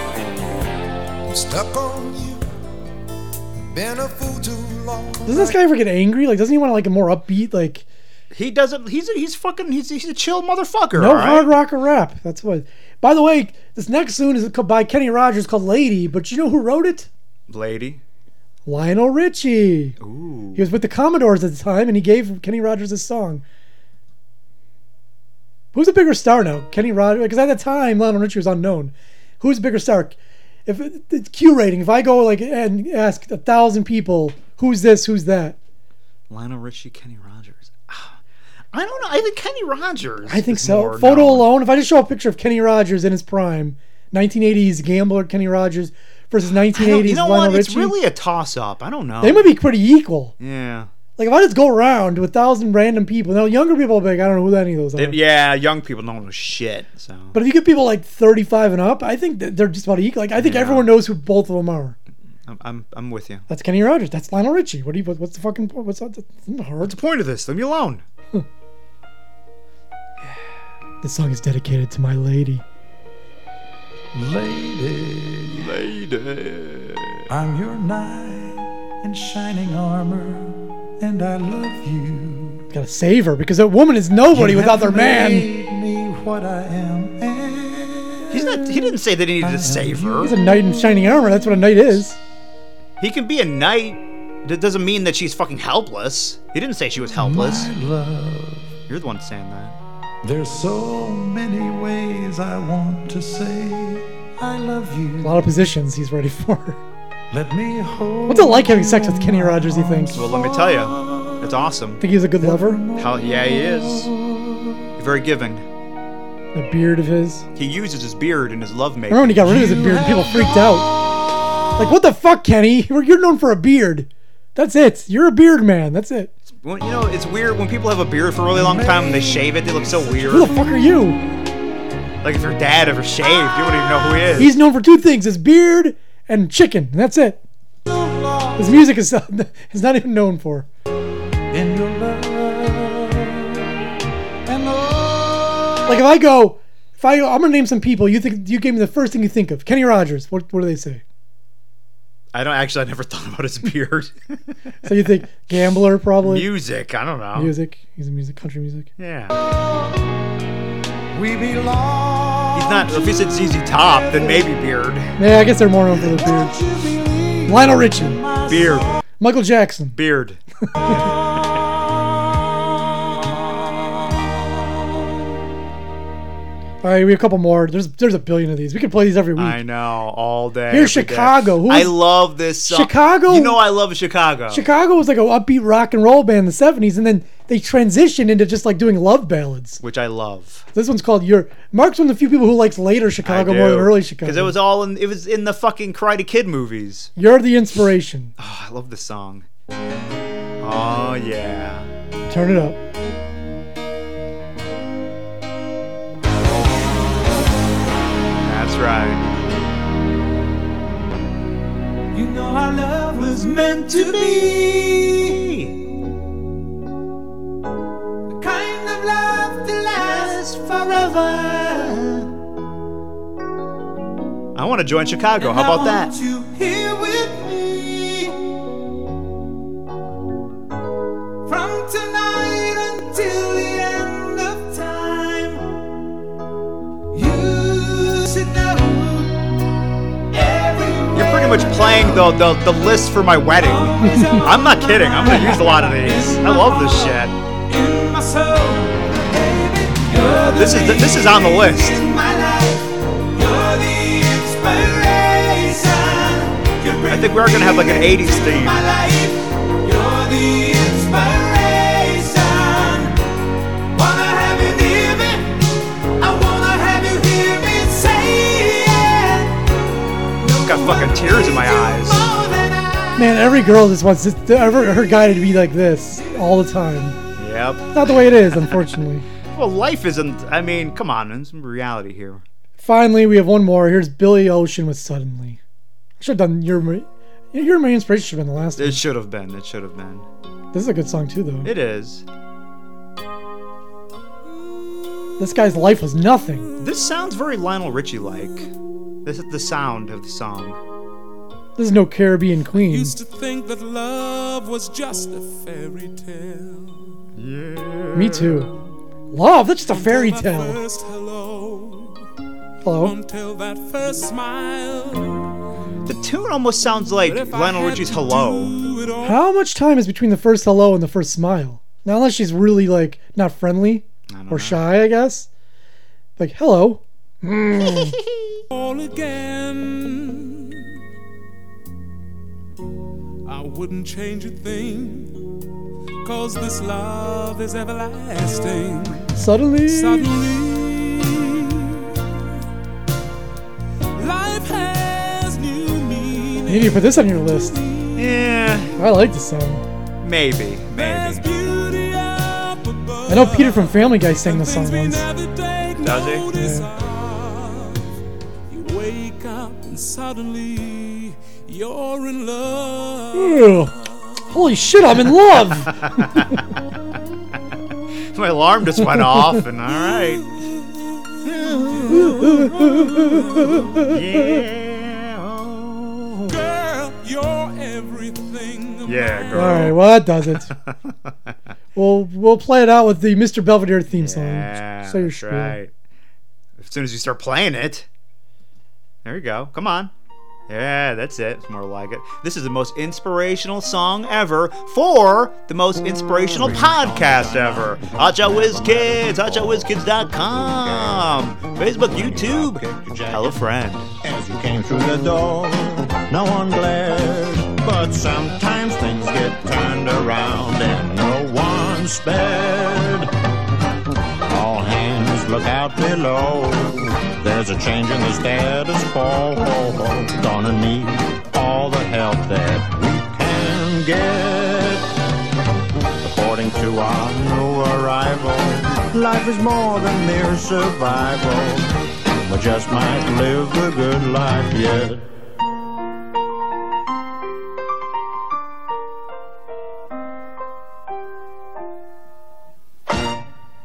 I'm stuck on you. Been a fool too long.
doesn't this guy ever get angry? Like, doesn't he want like a more upbeat, like
He doesn't. He's a, he's fucking. He's, he's a chill motherfucker.
no
all right?
hard rock or rap? That's what. By the way, this next tune is by Kenny Rogers called "Lady," but you know who wrote it?
Lady.
Lionel Richie.
Ooh.
He was with the Commodores at the time, and he gave Kenny Rogers this song. Who's a bigger star now, Kenny Rogers? Because at the time, Lionel Richie was unknown. Who's a bigger star? If it's Q rating, if I go like and ask a thousand people, who's this, who's that?
Lionel Richie, Kenny Rogers. Ah, I don't know. I think Kenny Rogers.
I think
is
so.
more
Photo
known.
alone, if I just show a picture of Kenny Rogers in his prime, 1980s gambler Kenny Rogers versus
I don't-
1980s
You know
Lionel
what?
Richie,
It's really a toss up. I don't know.
they might be pretty equal.
Yeah.
Like if I just go around to a thousand random people, now younger people will be like, I don't know who any of those are.
They- yeah, young people don't know shit. So
But if you get people like 35 and up, I think that they're just about equal. Like I think
Yeah.
everyone knows who both of them are.
I'm I'm, I'm with you.
That's Kenny Rogers. That's Lionel Richie. What do you? what- What's the fucking? point? What's that? That's not
What's
hard.
the point of this? Leave me alone.
This song is dedicated to my lady.
Lady,
lady,
I'm your knight in shining armor,
and I love you.
Gotta save her because that woman is nobody
You
without their
have
man.
made me what I am.
He's not, he didn't say that he needed to save her.
He's Uh, a knight in shining armor. That's what a knight is.
He can be a knight. That doesn't mean that she's fucking helpless. He didn't say she was helpless.
My love,
You're the one saying that.
there's so many ways I want to say I love you.
A lot of positions he's ready for.
Let me hold.
What's it like having sex with Kenny Rogers? You think?
Well, let me tell you, it's awesome.
Think he's a good lover?
How yeah, he is. Very giving.
The beard of his.
He uses his beard in his lovemaking.
Remember when he got rid of his beard? People freaked out. Like, what the fuck, Kenny? You're you're known for a beard. That's it. You're a beard man. That's it.
Well, you know, it's weird when people have a beard for a really long time and they shave it. They look so weird.
Who the fuck are you?
Like if your dad ever shaved, you wouldn't even know who he is.
He's known for two things: his beard and chicken. And that's it. His music is is not even known for.
in your love. And oh,
Like if I go, if I go, I'm gonna name some people. You think you gave me the first thing you think of? Kenny Rogers. What what do they say?
I don't actually. I never thought about his beard.
So you think gambler probably?
music. I don't know.
Music. He's a music, country music.
Yeah.
we belong.
He's not. If he said ZZ Top, then maybe beard.
Yeah, I guess they're more known for the beard. Lionel Richie,
Beard.
Michael Jackson.
Beard.
All right, we have a couple more. There's there's a billion of these. We could play these every week.
I know. All day.
Here's
every day.
Chicago. Who
I
is-
love this song.
Chicago-
You know I love Chicago.
Chicago was like a upbeat rock and roll band in the '70s, and then they transitioned into just like doing love ballads.
Which I love.
This one's called "Your." Mark's one of the few people who likes later Chicago more than early Chicago.
Because it was all in. It was in the fucking Karate Kid movies.
You're the inspiration.
Oh, I love this song. Oh yeah.
Turn it up.
That's right.
You know our love was meant to be. The kind of love to last forever.
I want to join Chicago. How about that?
You here with me. From tonight until the end of time. You should know everyone.
You're pretty much playing the, the, the list for my wedding. I'm not kidding. I'm going to use a lot of these. I love this shit.
in my soul. Baby, you're
This is the, this is on the list.
in my life. You're the inspiration. You
I
bring
think we're going to have like an 80s
my
theme.
life. You're the inspiration. Wanna have you near me. I wanna have you hear me say it.
Got fucking tears in my eyes.
More than I.
Man, every girl just wants this, ever her guy to be like this all the time.
Yep.
Not the way it is, unfortunately.
Well, life isn't. I mean, come on. There's some reality here.
Finally, we have one more. Here's Billy Ocean with "Suddenly." I should have done your. Ma- Your main inspiration should have been the last
It
one.
should have been. It should have been.
This is a good song too, though.
It is.
This guy's life was nothing.
This sounds very Lionel Richie like. This is the sound of the song.
This is no Caribbean Queen.
Used to think that love was just a fairy tale.
Me too. Love, that's just a fairy tale.
First hello,
Hello.
until that first smile.
The tune almost sounds like Lionel Richie's Hello.
Do it all
How much time is between the first hello and the first smile? Now, unless she's really like not friendly or shy, I guess. Like hello. Hmm.
all again. I wouldn't change a thing, cause this love is everlasting.
Suddenly.
Suddenly, life has new
You need
meaning.
to put this on your list.
Yeah,
I like this song.
maybe,
There's
maybe.
beauty up above.
I know Peter from Family Guy sang this song
Things we
once.
never take
Does he?
notice of. You wake up and suddenly you're in love.
Ew. Holy shit, I'm in love.
My alarm just went off, and all right. Yeah.
Girl, you're everything
Yeah,
All right, well that does it. well, we'll play it out with the Mr. Belvedere theme song.
Yeah,
Say your
that's
spiel.
right. As soon as you start playing it, there you go. Come on. Yeah, that's it. It's more like it. This is the most inspirational song ever for the most inspirational podcast ever. Hotshot Whiz Kids, hotshotwizkids.com, Facebook, YouTube. Hello, friend.
As you came through the door, no one glared. But sometimes things get turned around and no one spared. All hands look out below. There's a change in the status quo. Gonna need all the help that we can get. According to our new arrival, life is more than mere survival. We just might live a good life yet.